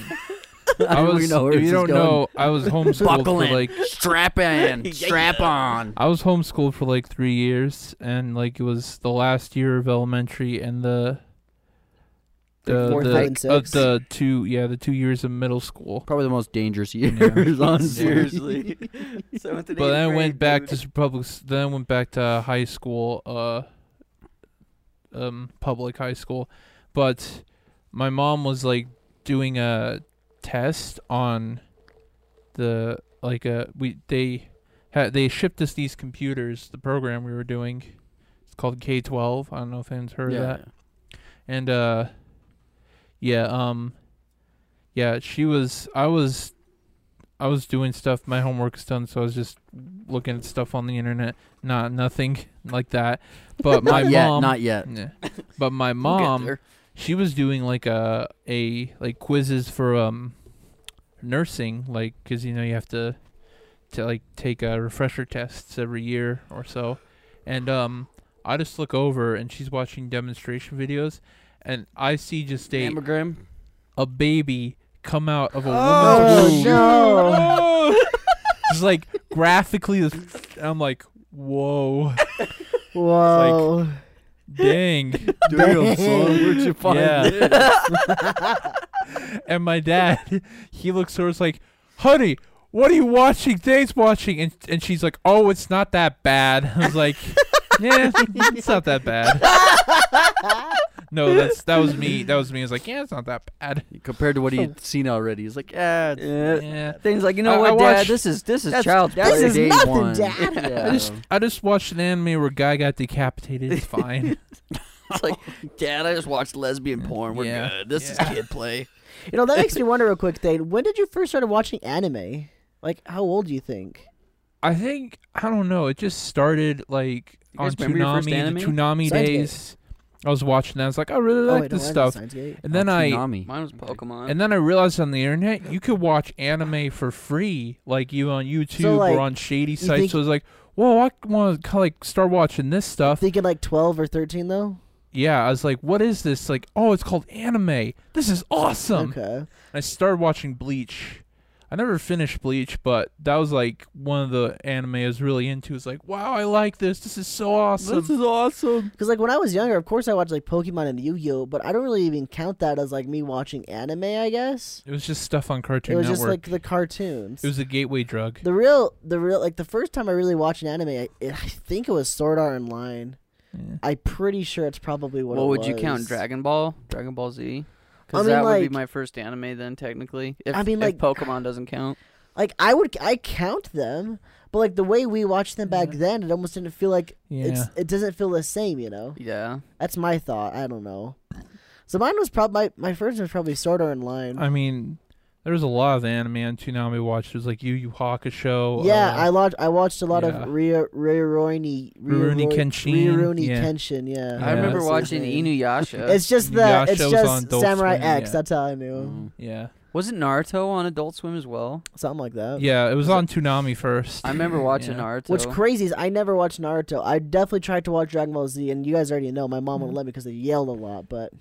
C: I
D: think we
C: was
D: know where
C: if you
D: this is
C: don't
D: going.
C: know, I was homeschooled
D: Buckle
C: for
D: in.
C: like <laughs>
D: strap in, strap on.
C: I was homeschooled for like three years, and like it was the last year of elementary and the the
A: Like fourth,
C: the,
A: fifth,
B: and
C: of
B: sixth?
C: the two yeah the two years of middle school.
D: Probably the most dangerous
C: Yeah.
D: years,
B: <laughs>
D: honestly.
A: Seriously. Seventh and
C: But
A: eighth
C: then I went
A: grade,
C: back
A: dude.
C: to public. s- Then I went back to high school, uh, um, public high school. But my mom was like doing a test on the like uh we they had they shipped us these computers. The program we were doing, it's called K twelve. I don't know if anyone's heard of that. And uh yeah, um yeah, she was I was I was doing stuff, my homework's done, so I was just looking at stuff on the internet. Not nothing like that. But my
D: <laughs> not yet,
C: mom
D: not yet.
C: Yeah. But my
A: We'll get
C: mom
A: there.
C: she was doing like a a like quizzes for um nursing like cuz you know you have to to like take uh, refresher tests every year or so and um I just look over and she's watching demonstration videos and I see just a
D: Mammogram.
C: a baby come out of a
B: Oh,
C: woman's womb.
B: no. <laughs>
C: Just like graphically this- and I'm like whoa
B: <laughs>
A: <laughs>
B: Whoa.
C: dang
B: Damn, son,
D: where'd you
C: find Yeah. and my dad, he looks over, it's like, honey, what are you watching? Dave's watching, and and she's like, oh, it's not that bad. I was like, yeah, it's not that bad. No, that's that was me. That was me. I was like, yeah, it's not that bad.
D: Compared to
C: <laughs>
D: what he'd seen already, he's like, yeah. it's-
A: Yeah.
C: Yeah.
A: Things like you know
C: I-
A: what,
C: I
A: Dad?
C: watched-
A: This is this is
D: that's-
A: child.
D: that's
A: play.
B: This is
A: <laughs>
D: day
B: nothing,
D: one.
B: Dad.
D: Yeah.
B: <laughs>
C: I just I just watched an anime where a guy got decapitated. It's fine.
A: It's like, Dad, I just watched lesbian porn. We're
C: Yeah.
A: good. This
C: Yeah.
A: is kid play.
B: You know that makes me wonder real quick, Thane. When did you first start watching anime? Like, how old do you think?
C: I think I don't know. It just started like
A: You
C: on
A: guys remember your
C: Toonami,
A: first
C: the
A: anime? Oh,
C: Toonami
B: Science Gate.
C: days. I was watching that. I was like, I really like
B: wait, no, Oh, I
C: this
B: know
C: stuff.
B: Steins Gate.
C: And
D: Oh,
C: then I
D: Tsunami.
A: Mine was Pokemon.
C: Uh-huh. And then I realized on the internet you could watch anime for free, like you on YouTube
B: like,
C: or on shady sites.
B: think-
C: so I was like, "Whoa, I want to like start watching this stuff."
B: Thinking like twelve or thirteen though.
C: yeah, I was like, "What is this?" Like, "Oh, it's called anime. This is awesome."
B: Okay.
C: And I started watching Bleach. I never finished Bleach, but that was like one of the anime I was really into. It's like, wow, I like this. This is so awesome.
A: is awesome.
B: Because like when I was younger, of course I watched like Pokemon and Yu Gi Oh, but I don't really even count that as like me watching anime. I guess
C: it was just stuff on Cartoon
B: it was
C: Network.
B: just like the cartoons.
C: it was a gateway drug.
B: the real, the real, like the first time I really watched an anime, I, it, I think it was Sword Art Online.
C: Yeah.
B: I'm pretty sure it's probably what.
A: What,
B: it
A: would you count?
B: was.
A: Dragon Ball, Dragon Ball Z.
B: I
A: Because
B: mean,
A: that would
B: like-
A: be my first anime then, technically. If,
B: I
A: if
B: mean, like-
A: Pokemon doesn't count.
B: Like I would, I count them, but like the way we watched them back
C: Yeah.
B: then, it almost didn't feel like
C: Yeah.
B: it's. It doesn't feel the same, you know.
A: Yeah.
B: That's my thought. I don't know. So mine was probably my, my first was probably Sword Art Online.
C: I mean, there was a lot of anime on Toonami watched. It was like Yu Yu Hakusho.
B: yeah,
C: uh,
B: I watched I watched a lot
C: yeah.
B: of Ria Rurouni
C: Rurouni Kenshin,
B: Rurouni
C: yeah.
B: Kenshin. Yeah,
A: I
C: Yeah.
A: remember
B: That's his
A: watching
B: name.
A: <laughs> Inuyasha.
B: It's just the
C: Inuyasha
B: it's
C: was on
B: just
C: Adult
B: Samurai
C: Swim,
B: X.
C: yeah.
B: That's how I knew him.
D: Mm.
C: yeah,
A: Wasn't Naruto on Adult Swim as well?
B: Something like that.
C: yeah. It was on Toonami first.
A: I remember watching
C: Yeah.
A: Naruto.
B: What's crazy is I never watched Naruto. I definitely tried to watch Dragon Ball Z, and you guys already know my mom wouldn't let me because they yelled a lot.
A: <laughs>
B: But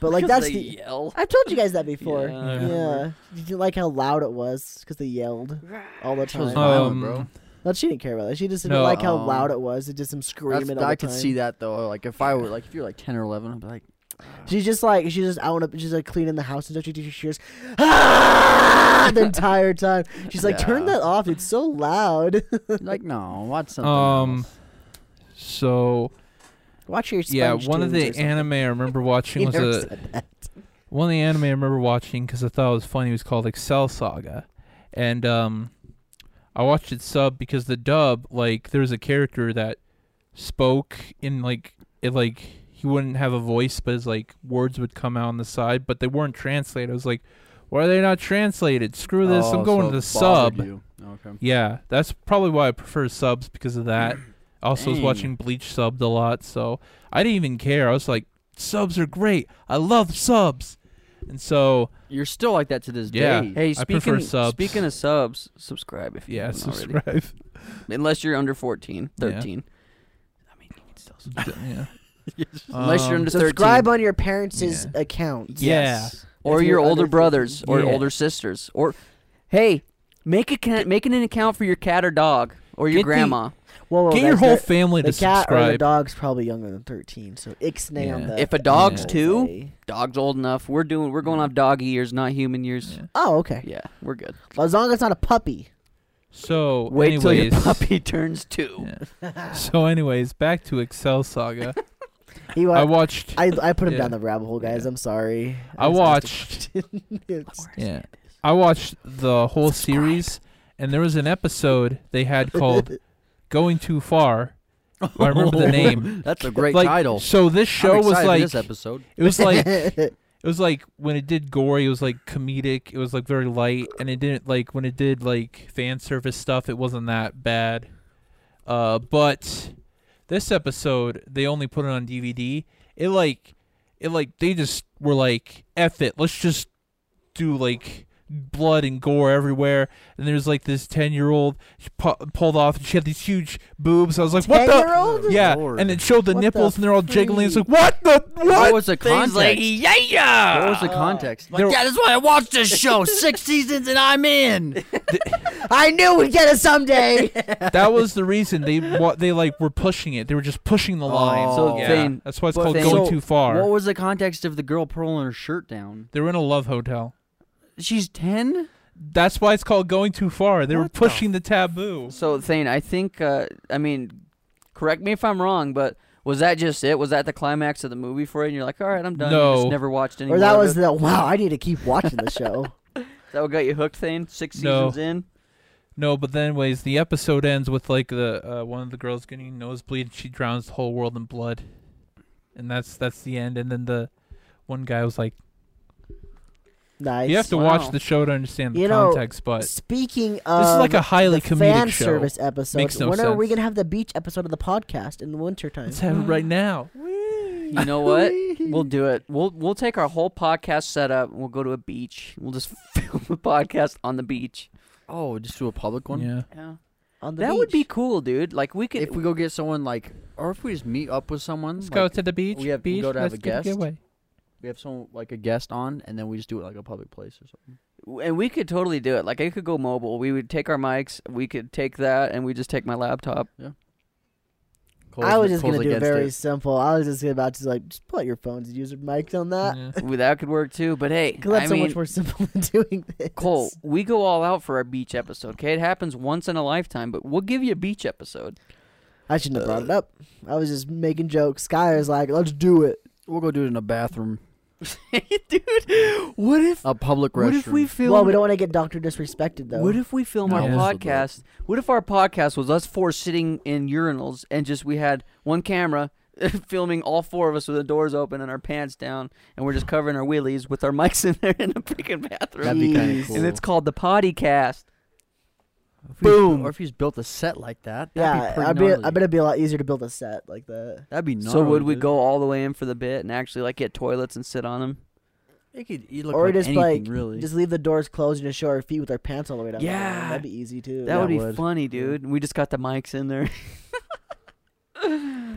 B: but like
A: Mm-hmm. 'Cause
B: that's
A: they
B: the
A: yell.
B: I've told you guys that before.
A: Yeah, I
B: Yeah,
A: remember.
B: you didn't like how loud it was because they yelled all the
D: That
B: time.
D: was my- Violent,
C: Um,
D: bro.
B: No, she didn't care about that. She just didn't
C: No,
B: like how
D: um,
B: loud it was. It just some
D: That's,
B: screaming. all the
D: I could
B: time.
D: see that though. Like if I were like if you're like ten or eleven, I'd
B: <laughs>
D: be like,
B: She's just like she's just out and she's like cleaning the house and stuff. She, she hears "Ah!" the entire time. She's like, turn
D: Yeah.
B: that off. It's so loud. <laughs>
D: like no, watch something.
C: Um,
D: else.
C: So
B: Watch your
C: yeah,
B: Sponge
C: one of
B: Tunes
C: the
B: or something.
C: anime I remember
B: <laughs>
C: watching
B: You
C: was
B: never
C: a
B: said that.
C: One of the anime I remember watching because I thought it was funny was called Excel Saga, and um, I watched it sub because the dub like there was a character that spoke in like it like he wouldn't have a voice but his like words would come out on the side but they weren't translated. I was like, why are they not translated? Screw this! I'm
D: Oh,
C: going
D: so
C: to the
D: it bothered
C: sub.
D: you. Okay.
C: Yeah, that's probably why I prefer subs because
A: <clears throat>
C: of that. also was
D: Dang.
C: watching Bleach subbed a lot, so I didn't even care. I was like, subs are great. I love subs. And so
D: You're still like that to this
C: Yeah.
D: <laughs> day.
A: Hey,
C: I prefer
A: speaking
C: subs.
A: speaking of subs, subscribe if you
C: yeah,
A: haven't
C: subscribe. <laughs>
A: already. <laughs> Unless you're under 14,
C: Yeah.
A: 13. I mean, you can still subscribe.
C: yeah.
A: <laughs> Unless you're
C: Um,
A: under 13.
B: Subscribe on your parents'
C: Yeah.
B: account.
C: Yeah.
A: or
B: If
A: your
B: you're under
A: older
B: 13.
A: brothers or
C: Yeah.
A: older sisters or hey make a ca- make an account for your cat or dog or your
C: Get the-
A: grandma
B: Whoa, whoa,
C: Get
B: guys,
C: your whole
B: they're-
C: family
B: the
C: to
B: cat or the
C: subscribe.
B: dog's probably younger than thirteen, so ixnay on
C: Yeah.
B: the.
A: if a dog's
C: Yeah.
A: two
B: say.
A: dog's old enough we're doing we're going off dog years not human years
C: Yeah.
B: Oh, okay.
A: yeah, we're good
B: As long as it's not a puppy.
C: So
A: wait
C: anyways,
A: till your puppy <laughs> turns two <laughs>
C: yeah. So anyways, back to Excel Saga.
B: He wa-
C: I watched
B: I, I put him
C: Yeah.
B: down the rabbit hole, guys.
C: Yeah.
B: I'm sorry.
C: I
B: just
C: watched
B: asked a question. <laughs> It's-
C: Yeah. I watched the whole
A: Subscribe.
C: series and there was an episode they
A: <laughs>
C: had called
B: <laughs>
C: Going Too Far. I remember the name.
D: Oh, <laughs> That's a great
C: like,
D: title.
C: So this show
D: I'm
C: was
D: excited for
C: like
D: this episode.
C: it was
D: <laughs>
C: like It was like when it did gory, it was like comedic. It was like very light, and it didn't like when it did like fan service stuff. It wasn't that bad. Uh, but this episode, they only put it on DVD. It like, it like they just were like, "F it, let's just do like blood and gore everywhere." And there's like this ten year old pu- pulled off, and she had these huge boobs. I was like, "What the?"
B: Ten-year-old?
C: Yeah,
D: Lord.
C: and it showed the
B: What the
C: nipples, and they're all jiggling. It's like,
B: freak?
C: "What the what?"
D: was the
A: Things like
D: context?
A: yeah
D: What was
C: Oh.
D: the
B: Uh,
D: context?
C: there-
D: Like, that is why I watched this show. Six seasons and I'm in.
B: I knew we'd get it someday.
C: that was the reason they wa- they like were pushing it. They were just pushing the line.
B: Oh,
A: So
C: yeah.
A: Thane-
C: that's why it's
A: but
C: called
A: Thane-
C: going
A: So
C: too far.
D: What was the context of the girl pulling her shirt down?
C: they were in a love hotel.
D: She's 10?
C: That's why it's called going too far. They were
D: What the
C: pushing the, taboo.
A: so Thane I think uh, I mean correct me if I'm wrong but was that just it was that the climax of the movie for you and you're like all right I'm done you
C: No.
A: just never watched <laughs> any
B: or
A: more
B: that
A: of
B: was
A: it?
B: the wow. I need to keep watching the show. <laughs>
A: Is that what got you hooked Thane six
C: No.
A: seasons in
C: No, but then anyways, the episode ends with like the uh, one of the girls getting a nosebleed. And she drowns the whole world in blood, and that's that's the end. And then the one guy was like,
B: Nice.
C: "You have to
A: Wow.
C: watch the show to understand the
B: You know,
C: context." But this
B: Speaking of,
C: is like a highly
B: the fan
C: comedic show.
B: service episode.
C: Makes no
B: when are we
C: sense.
B: gonna have the beach episode of the podcast in the wintertime?
C: Let's have it right now.
A: You know what? We'll do it. We'll we'll take our whole podcast setup. and We'll go to a beach. We'll just <laughs> film a podcast on the beach.
D: Oh, just do a public one?
C: Yeah.
B: On the
A: That would be
B: beach.
A: cool, dude. Like we could.
D: If we go get someone like, or if we just meet up with someone,
C: Let's
D: like,
C: go to the beach.
D: we have- we
C: beach.
D: go to have
C: let's
D: a
C: get
D: guest.
C: getaway.
D: we have someone like a guest on, and then we just do it like a public place or something.
A: and we could totally do it. Like I could go mobile. We would take our mics. We could take that, and we just take my <laughs> laptop.
B: I was just
D: Cole's
B: gonna do it
D: against
B: very simple. I was just about to like just put your phones and use your mics on
A: Uh,
B: that.
C: Yeah.
A: Ooh, that could work too. But hey,
B: 'Cause that's
A: Mm. I
B: so
A: mean,
B: much more simple <laughs> than doing this.
A: Cole, we go all out for our beach episode. Okay, it happens once in a lifetime, but we'll give you a beach episode.
B: I shouldn't have brought
A: uh,
B: it up. I was just making jokes. Sky was like, "Let's do it."
D: We'll go do it in a bathroom,
A: <laughs> Dude, what if?
D: a public restroom.
A: What if we film?
B: Uh, Well, we don't want to get Doctor disrespected though.
A: What if we film our
C: No.
D: Also
A: podcast? What if our podcast was us four sitting in urinals and just we had one camera <laughs> filming all four of us with the doors open and our pants down and we're just covering our wheelies with our mics in there in a freaking bathroom.
D: That'd be kind
B: Jeez.
D: of cool.
A: And it's called the potty cast.
D: If he's-
A: Boom.
D: Or if he's built a set like that, that'd
B: yeah,
D: be
B: I
D: pretty
B: bet I
D: gnarly.
B: bet it'd be a lot easier to build a set like that.
D: That'd be gnarly.
A: so would we
D: dude.
A: go all the way in for the bit and actually like get toilets and sit on them?
D: It could it look
B: or
D: like
B: just
D: anything,
B: like
D: really.
B: just leave the doors closed and just show our feet with our pants all the way down. the line.
A: Yeah.
B: that'd be easy too.
A: That,
D: Yeah,
A: would be
D: would.
A: funny, dude. We just got the mics in there. <laughs>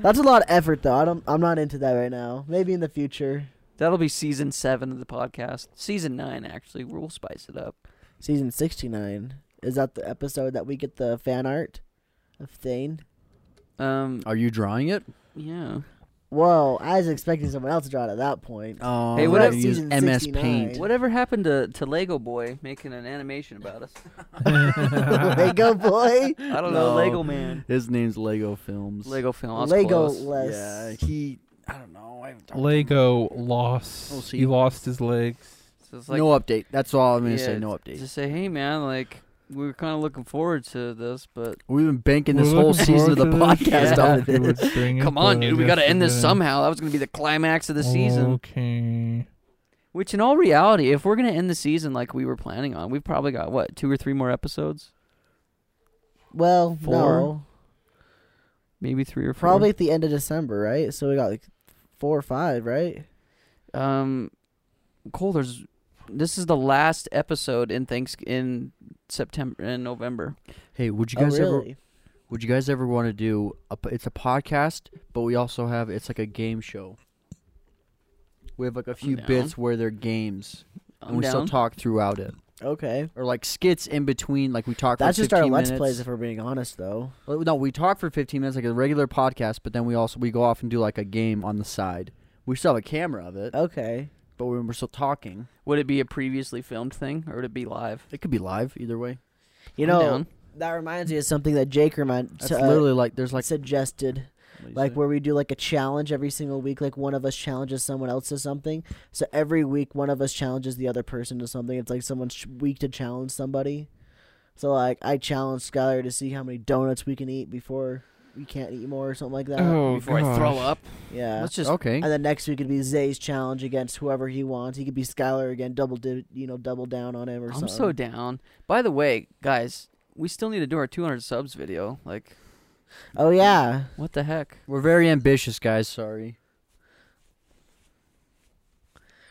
B: That's a lot of effort though. I don't. I'm not into that right now. Maybe in the future,
A: That'll be season seven of the podcast. Season nine, actually. We'll spice it up.
B: season 69 is that the episode that we get the fan art of Thane.
A: Um,
D: Are you drawing it?
A: yeah.
B: Whoa, I was expecting someone else to draw it at that
D: <laughs>
B: point. <laughs>
D: Oh,
A: Hey, what
D: I
A: if-
D: use
B: Season
D: MS
B: 69.
D: Paint?
A: Whatever happened to, to Lego Boy making an animation about us?
B: <laughs> Lego boy.
A: I don't know.
D: No.
A: Lego Man.
D: His name's Lego Films.
A: Lego film. I was
B: Lego
A: close.
D: Yeah,
B: less.
D: he. I don't know. I haven't talked to him.
C: Lego lost.
D: We'll see.
C: he lost his legs.
A: So it's like,
D: no update. That's all I'm gonna
A: yeah,
D: say. No update.
A: Just say, hey, man, like, we were kind of looking forward to this, but
D: We've been banking this
C: We're
D: whole
C: looking
D: season of the
C: forward to this.
D: podcast
A: Yeah.
D: on
C: He <laughs>
D: this.
C: would bring it,
A: come on,
C: but
A: dude. We got to end this
C: yesterday-
A: somehow. That was going to be the climax of
C: Oh,
A: the season.
C: Okay.
A: Which, in all reality, if we're going to end the season like we were planning on, we've probably got, what, two or three more episodes?
B: Well,
A: Four?
B: no,
A: Maybe three or four.
B: probably at the end of December, right? So we got like four or five, right?
A: Um, Cole, there's. This is the last episode in thanks in September and November.
D: Hey, would you
B: Oh,
D: guys ever?
B: really?
D: Would you guys ever want to do? A, p- it's a podcast, but we also have it's like a game show. We have like a few
A: down.
D: bits where they're games,
A: I'm
D: and we still
A: down.
D: talk throughout it,
B: Okay,
D: or like skits in between. Like we talk.
B: that's
D: for
B: just our
D: 15
B: let's
D: minutes.
B: plays if we're being honest, though.
D: Well, No, we talk for 15 minutes like a regular podcast, but then we also we go off and do like a game on the side. We still have a camera of it,
B: Okay,
D: but we're, we're still talking.
A: Would it be a previously filmed thing or would it be live?
D: It could be live either way.
B: you
A: I'm
B: know
A: down.
B: that reminds me of something that Jake remind,
D: That's
B: uh,
D: literally like there's like
B: suggested. like where we do like a challenge every single week like one of us challenges someone else to something so every week one of us challenges the other person to something it's like someone's ch- week to challenge somebody so like i challenge skylar to see how many donuts we can eat before we can't eat more or something like that
C: oh,
A: Uh, before I throw
C: gosh.
A: up.
B: yeah
A: Let's just
D: okay.
B: and then next week it'd be Zay's challenge against whoever he wants. He could be Skylar again, double di- you know, double down on him or
A: I'm
B: something.
A: so down. By the way, guys, we still need to do our 200 subs video. Like,
B: oh yeah,
A: what the heck? <laughs>
D: We're very ambitious, guys. Sorry.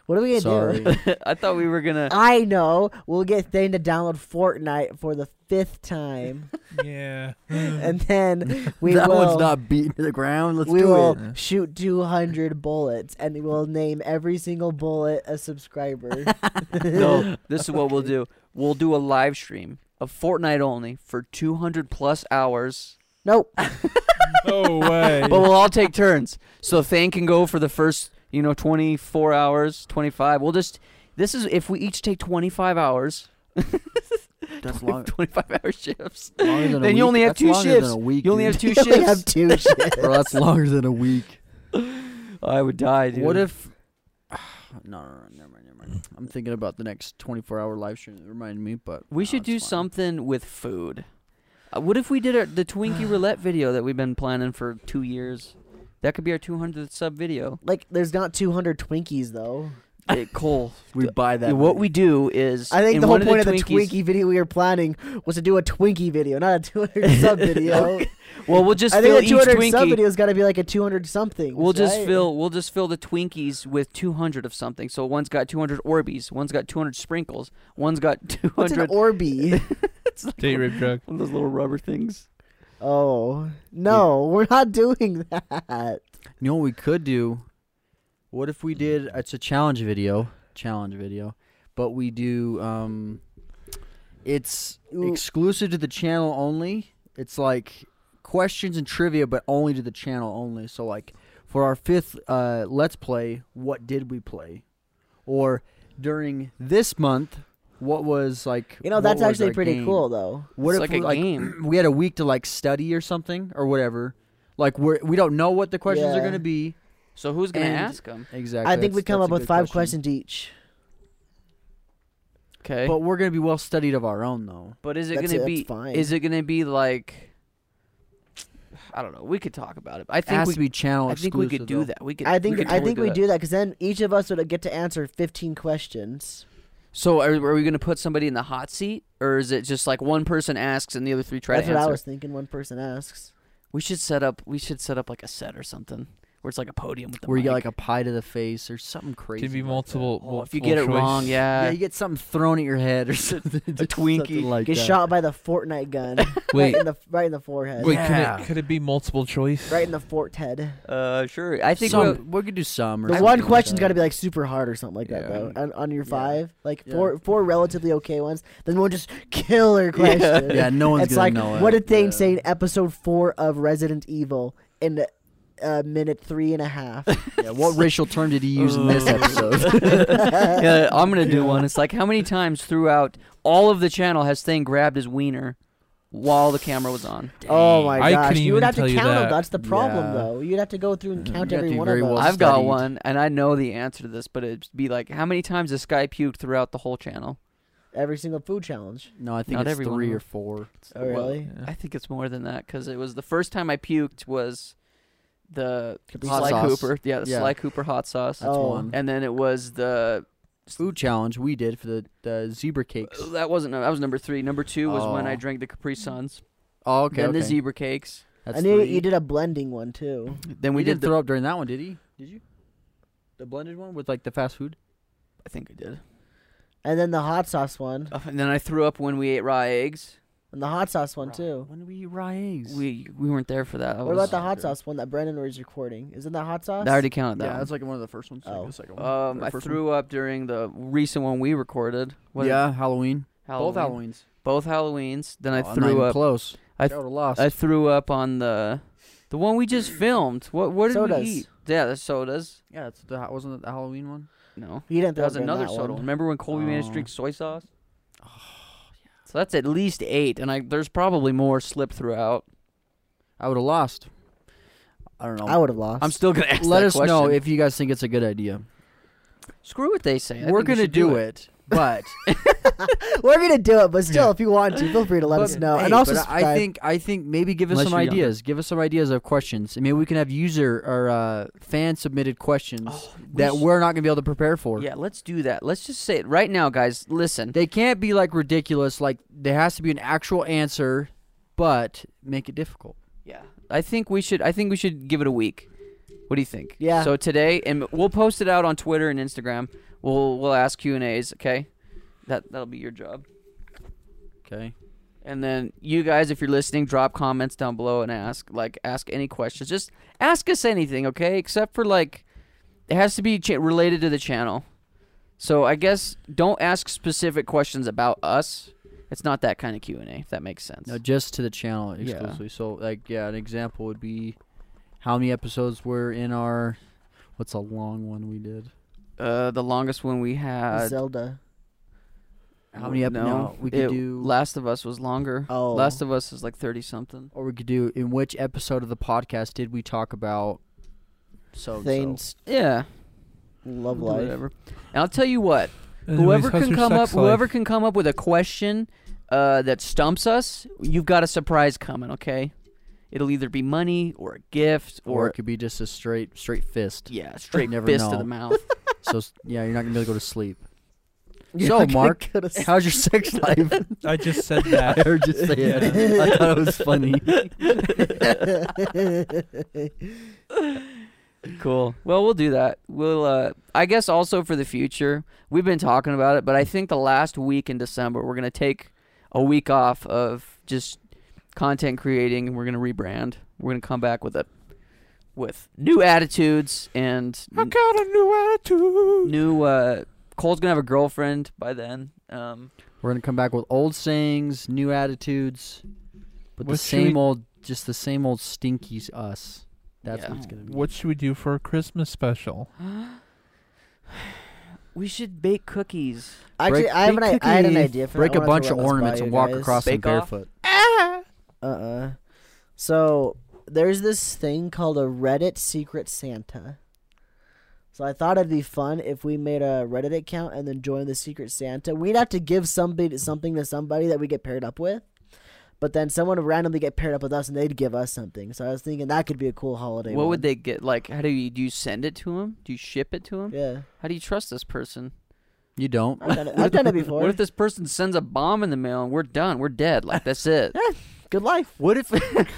B: what are we gonna
D: Sorry.
B: do?
A: <laughs> I thought we were gonna.
B: I know. We'll get Thane to download Fortnite for the fifth time.
C: Yeah.
B: and then we
D: that
B: will,
D: one's not beaten to the ground. Let's
B: we
D: do
B: will
D: it.
C: it.
B: shoot 200 bullets and we'll name every single bullet a subscriber. <laughs>
A: no, this is what we'll do. We'll do a live stream of Fortnite only for 200 plus hours.
B: nope.
A: <laughs>
C: No way.
A: but we'll all take turns. So Thane can go for the first, you know, 24 hours, 25. We'll just this is if we each take 25 hours, <laughs>
D: That's long,
A: 25 hour shifts.
D: longer than a
A: Then you
D: week.
A: only have
D: That's
A: two
D: longer
A: shifts.
D: Than a week,
A: You only have
D: <laughs> dude.
A: two
B: We only have
A: shifts.
B: two shifts.
D: <laughs> Bro, that's longer than a week.
A: I would die, dude.
D: What if? No, no, no, never mind, never mind. I'm thinking about the next 24-hour live stream. It reminded me, but
A: we
D: no,
A: should do
D: it's fine.
A: something with food? Uh, what if we did our, the Twinkie roulette video that we've been planning for two years? That could be our 200th sub
B: <laughs>
A: video.
B: Like, there's not 200 Twinkies, though.
A: Hey, Cole,
D: We buy that.
A: what
D: many.
A: we do is
B: I think
A: in
B: the whole
A: one
B: point of the,
A: Twinkies-
B: Twinkie video we were planning was to do a Twinkie video, not a 200 sub video.
A: Well, we'll just
B: I
A: fill
B: think a
A: each
B: 200
A: Twinkie.
B: sub video's got to be like a 200 something.
A: We'll just
B: right?
A: fill we'll just fill the Twinkies with 200 of something. So one's got 200 Orbeez, one's got 200 sprinkles, one's got <laughs> 200
B: What's an Orby?
C: Date rape drug.
A: one of those little rubber things.
B: oh no, we're not doing that.
D: You know what we could do? What if we did? It's a challenge video. Challenge video. but we do. Um, it's
B: Ooh.
D: exclusive to the channel only. It's like questions and trivia, but only to the channel only. So like for our fifth uh, let's play, what did we play? Or during this month, what was like?
B: You know,
D: what
B: that's
D: was
B: actually
D: our
B: pretty
D: game?
B: cool though.
D: What
A: It's
D: if
A: like
D: we,
A: a game.
D: <clears throat> we had a week to like study or something or whatever? Like we're, we don't know what the questions are
B: Yeah.
D: going to be
A: So who's gonna
D: And-
A: ask them?
D: exactly.
B: I think we
D: that's-
B: come
D: that's
B: up
D: a
B: with
D: good
B: five
D: question.
B: questions each.
A: Okay,
D: but we're going to be well studied of our own though.
A: but is it
B: That's,
A: gonna
B: that's
A: be?
B: fine.
A: Is it gonna be like? I don't know. We could talk about it. I
D: It
A: think
D: has
A: we.
D: to be channel.
A: I think we could
D: exclusive,
A: do
D: though.
A: that. We could.
B: I think
A: We could
B: I
A: totally
B: think
A: do
B: we
A: that.
B: do that because then each of us would get to answer 15 questions.
A: So are, are we going to put somebody in the hot seat, or is it just like one person asks and the other three try
B: That's
A: to
B: what
A: answer?
B: I was thinking. One person asks.
A: We should set up. We should set up like a set or something where it's like a podium with the
D: Where you
A: mic.
D: get like a pie to the face or something crazy.
C: Could be
D: like that. Uh,
C: multiple.
A: oh,
C: multiple
A: if you get it
C: choice.
A: wrong, yeah.
D: Yeah, you get something thrown at your head or <laughs> something. a
A: Twinkie.
D: like
B: Get
D: that.
B: shot by the Fortnite
D: <laughs>
B: gun.
A: <laughs>
B: right
C: Wait,
B: in the right in the forehead.
C: wait. Could
D: Yeah.
C: it could it be multiple choice?
B: Right in the fort head.
A: uh, sure. I think we'll,
D: some, we could do some. Or
B: The
D: something
B: one
D: like
B: question's
D: that.
B: got to be like super hard or something like that
C: Yeah.
B: though. On, on your
D: Yeah.
B: five, like
D: Yeah.
B: four four relatively okay ones, then we'll just killer question.
D: <laughs> <laughs> Yeah, no one's
B: it's
D: gonna
B: like
D: know it.
B: what did they
D: Yeah.
B: say in episode four of Resident Evil in uh, minute three and a
D: <laughs>
B: half? <laughs>
D: Yeah, what racial term did he use in <laughs> this
A: Ooh. <laughs>
D: episode?
A: yeah, I'm gonna do one. It's like how many times throughout all of the channel has Thing grabbed his wiener while the camera was on?
B: oh my
C: I
B: gosh,
C: couldn't
B: you would
C: even
B: have to
C: tell
B: count
C: you
B: them.
C: that.
B: That's the problem
D: Yeah.
B: though. You'd have to go through and
D: Mhm.
B: count
D: You have
B: every
D: to be
B: one
D: very
B: of those.
D: well
A: I've got
D: studied.
A: one, and I know the answer to this, but it'd be like how many times this guy puked throughout the whole channel?
B: every single food challenge.
D: No, I think
A: Not
D: it's
A: everyone
D: three
A: will.
D: or four.
B: Oh
A: Well,
B: really?
C: Yeah.
A: I think it's more than that because it was the first time I puked was the
B: Could be
D: Hot
A: Sly
D: sauce.
A: Cooper, yeah, the
D: Yeah.
A: Sly Cooper hot sauce,
D: That's
B: Oh.
D: one.
A: and then it was the
D: Food challenge we did for the, the zebra cakes.
A: uh, that wasn't that was number three. Number two was when I
D: Oh.
A: drank the Capri Suns,
D: Oh, okay.
A: then
D: okay.
A: the zebra cakes,
D: That's
B: I knew
D: three.
B: you did a blending one too.
A: then we
D: He
A: did
D: didn't
A: the.
D: throw up during that one, did he? Did you? The blended one with like the fast food.
A: I think I did,
B: And then the hot sauce one.
A: Uh, and then I threw up when we ate raw eggs.
B: And the hot sauce one
D: Rye-
B: too.
D: When did we eat raw eggs?
A: We we weren't there for that. I
B: What
A: was-
B: about the hot
D: Okay.
B: sauce one that Brandon was recording? Isn't that hot sauce?
A: I already counted that.
D: yeah,
A: one.
D: that's like one of the first ones. like
B: Oh.
D: the second one.
A: Um,
D: Or
A: I
D: first
A: threw up during the recent one we recorded.
D: One. Yeah, Halloween.
A: Halloween.
D: Both Halloweens.
A: Both Halloweens. Then
D: Oh,
A: I
D: I'm not
A: threw
D: even
A: up.
D: Close.
A: I
D: I would have lost.
A: I threw up on the the one we just filmed. What what did
B: Sodas.
A: we eat? Yeah, the sodas.
D: yeah, that's the ha- wasn't it the Halloween one?
A: No,
B: You didn't
A: that
B: throw
A: was
B: up during
A: another
B: that
A: soda.
B: one.
A: Remember when Colby made us
D: Oh.
A: drink soy sauce? So that's at least eight, and I there's probably more slipped throughout.
D: I would have lost. I don't know.
B: I would have lost.
A: I'm still gonna ask
D: Let
A: that
D: us know
A: question.
D: if you guys think it's a good idea.
A: screw what they say. I
D: We're
A: think we
D: gonna
A: should
D: do it, but
B: <laughs> We're gonna do it, but still, if you want to, feel free to let
D: But-
B: us know.
D: hey,
B: and also,
D: but I I
B: subscribe.
D: think I think maybe give us
A: Unless
D: some
A: you're younger.
D: ideas. Give us some ideas of questions. And maybe we can have user or uh, fan submitted questions
A: Oh, we
D: that
A: sh-
D: we're not gonna be able to prepare for.
A: Yeah, let's do that. Let's just say it right now, guys. Listen,
D: They can't be like ridiculous. Like there has to be an actual answer, but make it difficult.
A: Yeah, I think we should. I think we should give it a week. What do you think?
B: Yeah.
A: So today, and we'll post it out on Twitter and Instagram. We'll we'll ask Q and A's. Okay, that that'll be your job.
D: Okay.
A: And then you guys, if you're listening, drop comments down below and ask like ask any questions. Just ask us anything, okay? Except for like, it has to be cha- related to the channel. So I guess don't ask specific questions about us. It's not that kind of Q and A. If that makes sense.
D: No, just to the channel
A: Yeah.
D: exclusively. So, like, yeah, an example would be how many episodes were in our. What's a long one we did?
A: Uh, the longest one we
D: uh,
A: had.
B: Zelda.
D: How many
A: No,
D: ep- no, we could
A: it-
D: do-
A: Last of Us was longer.
B: Oh,
A: Last of Us is like thirty something.
D: Or we could do in which episode of the podcast did we talk about so
B: Thane's
A: Yeah,
B: love
A: do
B: life.
A: whatever. And I'll tell you what,
C: Anyways,
A: whoever
C: how's
A: can
C: your
A: come up,
C: sex life?
A: whoever can come up with a question uh, that stumps us, you've got a surprise coming. Okay, it'll either be money or a gift
D: Or
A: or,
D: it could be just a straight straight fist.
A: yeah, <laughs> straight
D: never
A: fist to
D: know.
A: the mouth.
D: so s- yeah, you're not gonna be able to go
A: <laughs>
D: to sleep.
B: <laughs> You're
D: so
B: not gonna
D: Mark,
B: go to sleep.
D: how's your sex life?
C: I just said
A: <laughs>
C: that.
D: I heard you say it. I thought it <laughs> was funny. <laughs>
B: <laughs>
A: cool. Well, we'll do that. We'll. Uh, I guess also for the future, we've been talking about it, but I think the last week in December, we're gonna take a week off of just content creating, and we're gonna rebrand. We're gonna come back with a with new attitudes and
C: I got a new attitude.
A: new uh, Cole's gonna have a girlfriend by then. Um,
D: We're gonna come back with old sayings, new attitudes, but the
C: What should we-
D: same old, just the same old stinky s- us. That's
A: Yeah.
D: what it's gonna be.
C: What should we do for a Christmas special?
A: we should bake cookies.
B: Actually,
D: Break-
B: I have an
D: bake
B: I, I had an
D: cookie,
B: idea for
D: Break
B: I
D: a
B: wanted to
D: bunch of
B: run this by
D: ornaments
B: you
D: and walk
B: guys.
D: across them
A: Bake off?
D: barefoot.
B: Uh-uh. So there's this thing called a Reddit Secret Santa. So I thought it'd be fun if we made a Reddit account and then joined the Secret Santa. We'd have to give somebody something to somebody that we get paired up with. But then someone would randomly get paired up with us and they'd give us something. So I was thinking that could be a cool holiday.
A: What would
B: one.
A: they get? Like, how do you do? You send it to him? Do you ship it to him?
B: Yeah.
A: How do you trust this person?
D: You don't.
A: <laughs>
B: I've done it, I've done it before.
A: What if this person sends a bomb in the mail and we're done? We're dead. Like that's it.
B: Good life.
A: What if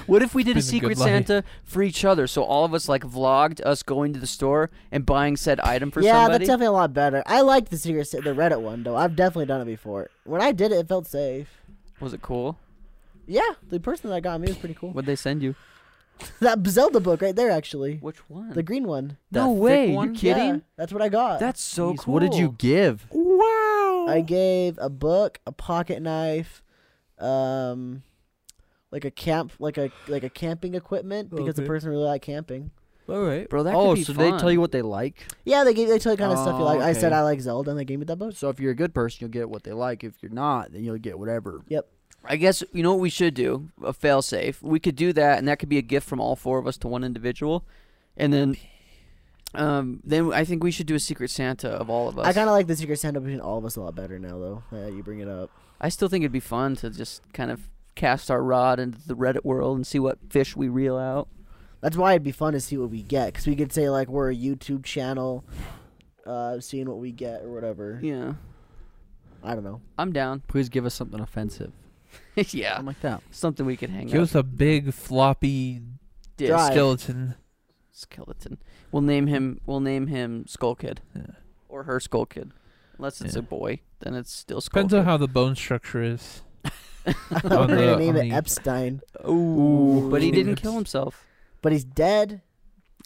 A: what if we did a
C: Been a good
A: secret
C: life.
A: Santa for each other? So all of us like vlogged us going to the store and buying said item for
B: yeah,
A: somebody.
B: that's definitely a lot better. I like the Secret Sa- the Reddit one though. I've definitely done it before. When I did it, it felt safe.
A: Was it cool?
B: Yeah, the person that got me was pretty cool.
A: What'd they send you?
B: <laughs> that Zelda book right there, actually.
A: Which one?
B: The uh, green one.
A: no
D: that thick
A: way. You
D: one?
A: kidding?
B: Yeah, that's what I got.
A: That's so
D: Jeez,
A: cool.
D: What did you give?
C: Wow.
B: I gave a book, a pocket knife, um, like a camp, like a like a camping equipment because the
C: Okay.
B: person really liked camping.
C: All right.
A: bro? That
D: oh,
A: could be
D: so
A: fun.
D: they tell you what they like.
B: Yeah, they gave they tell you kind of stuff you
D: Oh,
B: like. I said
D: okay.
B: I like Zelda, and they gave me that book.
D: So if you're a good person, you'll get what they like. If you're not, then you'll get whatever.
A: I guess you know what we should do. A fail safe. We could do that, and that could be a gift from all four of us to one individual, and then, um, then I think we should do a secret Santa of all of us.
B: I kind of like the Secret Santa between all of us a lot better now, though. Yeah, you bring it up.
A: I still think it'd be fun to just kind of cast our rod into the Reddit world and see what fish we reel out.
B: That's why it'd be fun to see what we get, because we could say like we're a YouTube channel, uh, seeing what we get or whatever.
A: Yeah,
B: I don't know.
A: I'm down. <laughs>
D: Please give us something offensive.
A: yeah,
D: Something like that.
A: something we could hang
C: Give
A: out.
C: us a big floppy
A: Disc
B: Drive. <laughs>
C: skeleton.
A: skeleton. We'll name him. We'll name him Skull Kid,
C: Yeah.
A: or her Skull Kid, unless it's
C: Yeah.
A: a boy. Then it's still Skull
C: Depends
A: Kid.
C: on how the bone structure <gasps> is.
B: we're
C: On
B: gonna
C: the-
B: name
C: on
B: it
C: the-
B: Epstein,
A: Ooh, but he
C: Ooh.
A: didn't kill himself.
B: but he's dead.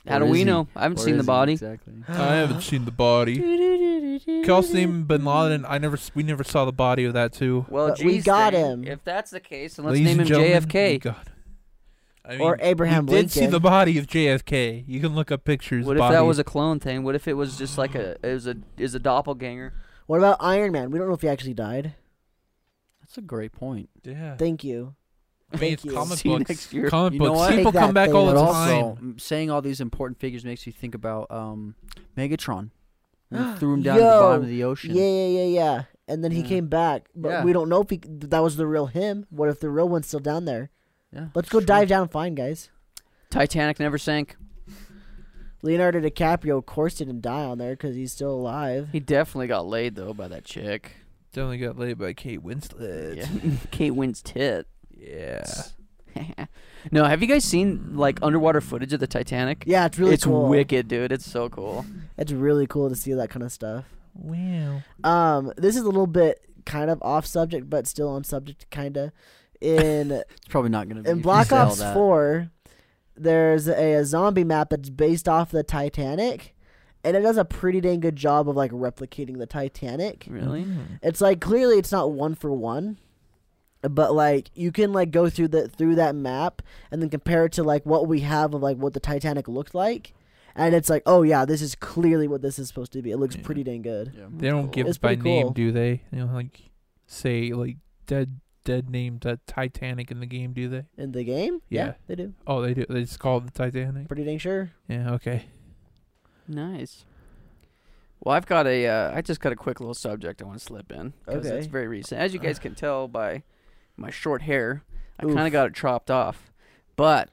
A: How
D: Or
A: do
D: is
A: we
D: he?
A: know? I haven't
D: Or
A: seen
D: is
A: the
D: it
A: body.
D: Exactly.
C: I haven't seen the body. Calcium Bin Laden. I never. s- We never saw the body of that too.
A: Well,
B: But Uh, we got
A: then,
B: him.
A: If that's the case, then let's
C: Ladies
A: name him
C: and gentlemen, we
A: JFK.
C: got- I mean,
B: or Abraham
C: you did
B: Lincoln.
C: see the body of JFK. You can look up pictures.
A: What if that was a clone thing? What if it was just like a it was a is a doppelganger?
B: what about Iron Man? We don't know if he actually died.
D: That's a great point.
C: Yeah.
B: Thank you.
C: I mean,
B: Thank
C: it's
B: you.
C: comic
A: See you
C: books.
A: next year.
C: Comic
D: You know
C: books.
D: what?
C: People
B: Take
C: come
B: that
C: back
B: thing,
C: all
B: but
C: the
D: But
C: time.
D: also, m- saying all these important figures makes you think about um, Megatron. When he threw him down to
B: Yo,
D: the bottom of the ocean.
B: Yeah, yeah, yeah, yeah. And then he
D: Yeah.
B: came back, but
D: Yeah.
B: we don't know if he, that was the real him. What if the real one's still down there?
D: Yeah.
B: Let's go
D: Sure.
B: dive down and find guys.
A: Titanic never sank.
B: Leonardo DiCaprio, of course, didn't die on there because he's still alive.
A: He definitely got laid though by that chick.
C: Definitely got laid by Kate Winslet.
A: Yeah. <laughs> Kate wins tit.
C: Yeah.
A: <laughs> no, have you guys seen like underwater footage of the Titanic?
B: Yeah, it's really
A: it's
B: cool.
A: wicked, dude. It's so cool.
B: It's really cool to see that kind of stuff.
C: Wow.
B: Um, this is a little bit kind of off subject, but still on subject, kinda. In
D: It's probably not going to be.
B: In Black
D: sell
B: Ops
D: that.
B: 4, there's a, a zombie map that's based off the Titanic, and it does a pretty dang good job of like replicating the Titanic.
A: Really?
C: Mm.
D: Mm-hmm.
B: It's like clearly it's not one for one, but like you can like go through the through that map and then compare it to like what we have of like what the Titanic looked like, and it's like oh yeah, this is clearly what this is supposed to be. It looks
C: Yeah.
B: pretty dang good.
D: Yeah.
C: They don't give
B: It's
C: it by
B: pretty cool.
C: name, do they? You know, like say like dead dead name the Titanic in the game, do they?
B: In the game,
C: Yeah.
B: they do.
C: Oh, they do. They just call it the Titanic.
B: Pretty dang sure.
C: Yeah. Okay.
A: Nice. Well, I've got a uh, I just got a quick little subject I want to slip in because it's
B: Okay.
A: very recent. As you guys can tell by my short hair, I
B: Oof.
A: kind of got it chopped off. But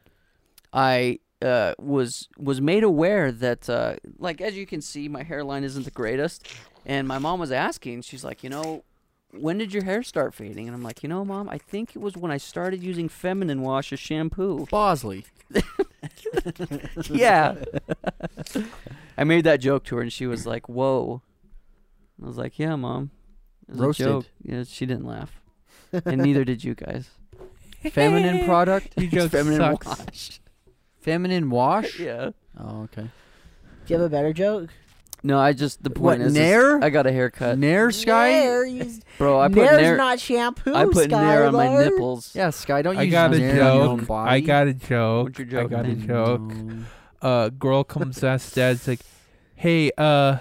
A: I uh, was was made aware that uh, like as you can see, my hairline isn't the greatest, and my mom was asking. She's like, you know. When did your hair start fading? And I'm like, you know, mom, I think it was when I started using feminine wash as shampoo.
D: Bosley.
A: yeah. <laughs> I made that joke to her, and she was like, "Whoa." I was like, "Yeah, mom." It was a
D: Roasted.
A: joke. Yeah, she didn't laugh, and neither did you
D: <laughs>
A: guys.
D: Feminine product.
C: Your
A: It's
C: joke
A: feminine
C: sucks.
A: wash.
D: Feminine wash.
A: <laughs> yeah.
D: Oh, okay.
B: Do you have a better joke?
A: No, I just the
D: What,
A: point is, is
D: Nair?
A: I got a haircut,
D: Nair Sky?
B: Nair, you-
A: bro. I put
B: Nair's
A: Nair.
B: not shampoo.
A: I put Nair on my
B: Skylar. <laughs>
A: nipples.
D: Yeah, Sky, don't
C: I
D: use
C: got a
D: Nair on your own
C: joke.
D: body.
C: I got a joke.
A: What's your
C: I
A: joke,
C: got a
A: man?
C: joke. Uh, girl comes out to dad's like, "Hey, uh,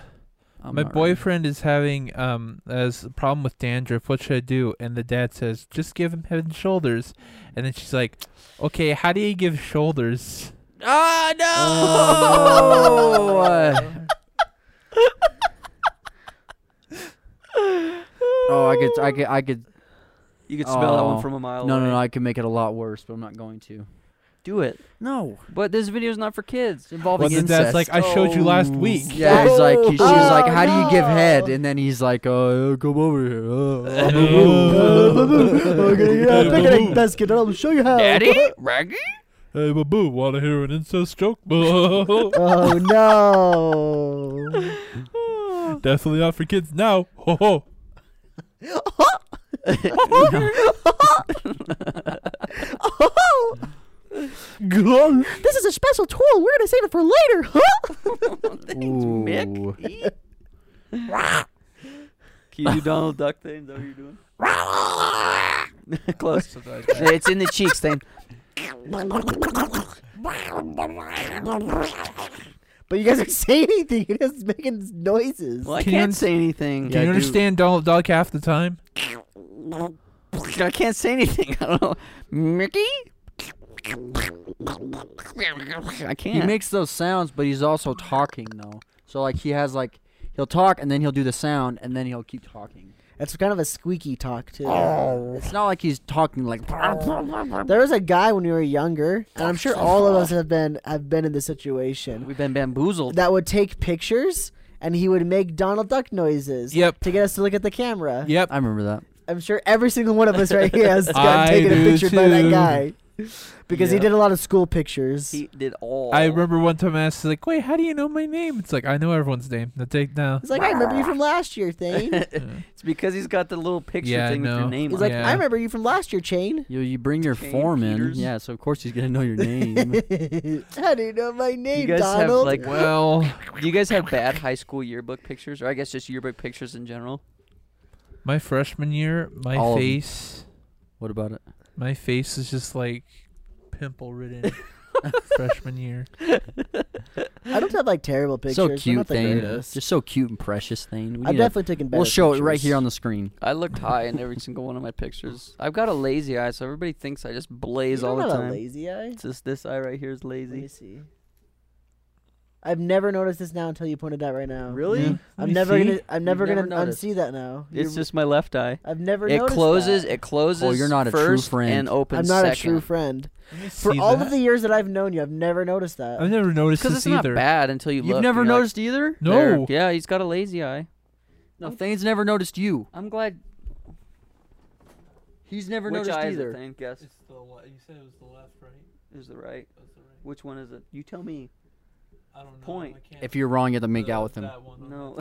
A: I'm
C: my
A: not ready.
C: boyfriend is having um as a problem with dandruff. What should I do?" And the dad says, "Just give him head and shoulders." And then she's like, "Okay, how do you give shoulders?"
A: Ah
D: Oh.
A: no!
D: Oh, I could, I could, I could.
A: You could smell that
D: Oh.
A: one from a mile
D: No,
A: away.
D: no, no. I could make it a lot worse, but I'm not going to.
A: Do it.
D: No,
A: But this video's not for kids.
D: it's involving
C: Well, the
D: incest.
C: dad's like, "I showed you last week."
D: Yeah, he's like,
B: Oh.
D: she's like,
B: Oh,
D: how do you give
B: no.
D: head? And then he's like, uh, come over here. Uh, uh,
B: Uh,
D: boo-boo.
B: boo-boo. Okay, yeah, I'm making a biscuit. I'll show you how.
A: Reggie?
C: Hey, boo, want to hear an incest joke? <laughs> Definitely
B: Oh
A: <laughs>
B: no.
C: not for kids now. <laughs> Ho ho.
B: Oh, <laughs> this is a special tool. We're gonna save it for later. Huh?
A: Mick? Can you do Donald Duck thing? Is that what you're doing? <laughs> Close. it's in the cheeks thing.
B: <laughs> But you guys aren't saying anything. You're just making noises.
A: Well, I
C: Can you
A: can't
C: un-
A: say anything.
C: Do you understand Donald Duck half the time?
A: I, can't say anything. <laughs> I don't know. Mickey? I
D: He
A: can't.
D: makes those sounds, but he's also talking though. So like, he has like, he'll talk and then he'll do the sound and then he'll keep talking.
B: It's kind of a squeaky talk too.
D: It's not like he's talking like. <laughs>
B: There was a guy when we were younger, and I'm sure all of us have been have been in this situation
A: We've been bamboozled.
B: that would take pictures and he would make Donald Duck noises.
C: Yep.
B: To get us to look at the camera.
C: Yep.
D: I remember that.
B: I'm sure every single one of us right here has gotten
C: I
B: taken a
C: do
B: picture by that
C: too.
B: guy because he
A: Yeah.
B: did a lot of school pictures.
A: he did all.
C: I remember one time I asked, like, wait, how do you know my name? It's like, I know everyone's name. Now
B: <laughs>
C: take now.
B: He's like, I
A: <laughs>
B: remember you from last year, Thane.
A: <laughs> It's because he's got the little picture
C: Yeah, I
A: thing with
C: know.
A: your name
B: He's
A: on
B: like,
A: it.
C: Yeah.
B: I remember you from last year, Chain. <laughs>
D: You you bring your
A: Kane
D: form in.
A: Peters.
D: Yeah, so of course he's gonna know
B: <laughs>
D: your name.
B: How do you know my name,
A: Mm-hmm. guys have,
B: Donald?
A: like-
C: Well,
A: Do you guys have bad high school yearbook pictures, or I guess just yearbook pictures in <laughs> general?
C: my freshman year, my
D: All of 'em.
C: face,
D: what about it?
C: my face is just like pimple ridden. freshman year.
B: I don't have like terrible pictures.
D: so
B: They're
D: cute
B: not the
D: thing.
B: greatest.
D: Just so cute and precious thing. We
B: I've
D: need to-
B: definitely taken better
D: we'll show it right
B: pictures.
D: here on the screen.
A: I looked high in every single one of my pictures. I've got a lazy eye, so everybody thinks I just
B: You
A: blaze all
B: don't
A: the
B: have
A: time.
B: a lazy eye?
A: It's just this eye right here is
B: Let me
A: lazy.
B: see. I've never noticed this now until you pointed out right now.
D: Really?
C: Yeah. Let
B: I'm
C: me
B: never
C: see.
B: gonna. I'm never
A: never
B: gonna
A: noticed.
B: unsee that now.
A: It's
B: You're-
A: just my left eye.
B: I've never.
A: It
B: noticed
A: closes.
B: that.
A: It closes.
D: Oh, you're not a true
A: first
D: friend.
A: And opens
B: I'm not
A: second.
B: a true friend.
C: Let me
B: For
C: see
B: all
C: that.
B: of the years that I've known you, I've never noticed that.
C: I've
B: <laughs>
C: never noticed
A: Because
C: this
A: it's not
C: either.
A: bad until you
D: You've
A: look. and
D: never
A: you're like,
D: noticed either?
A: "There."
C: No.
A: Yeah, he's got a lazy eye.
D: No, Thane's never noticed you.
A: I'm glad.
D: He's never
A: Which
D: noticed
A: eye is
D: either.
A: it? Thane? Guess
C: the You said it was the left, right?
A: is the right. Which one is it? You tell me.
C: I don't know.
A: Point.
D: If you're wrong, you have to make out with him.
A: No.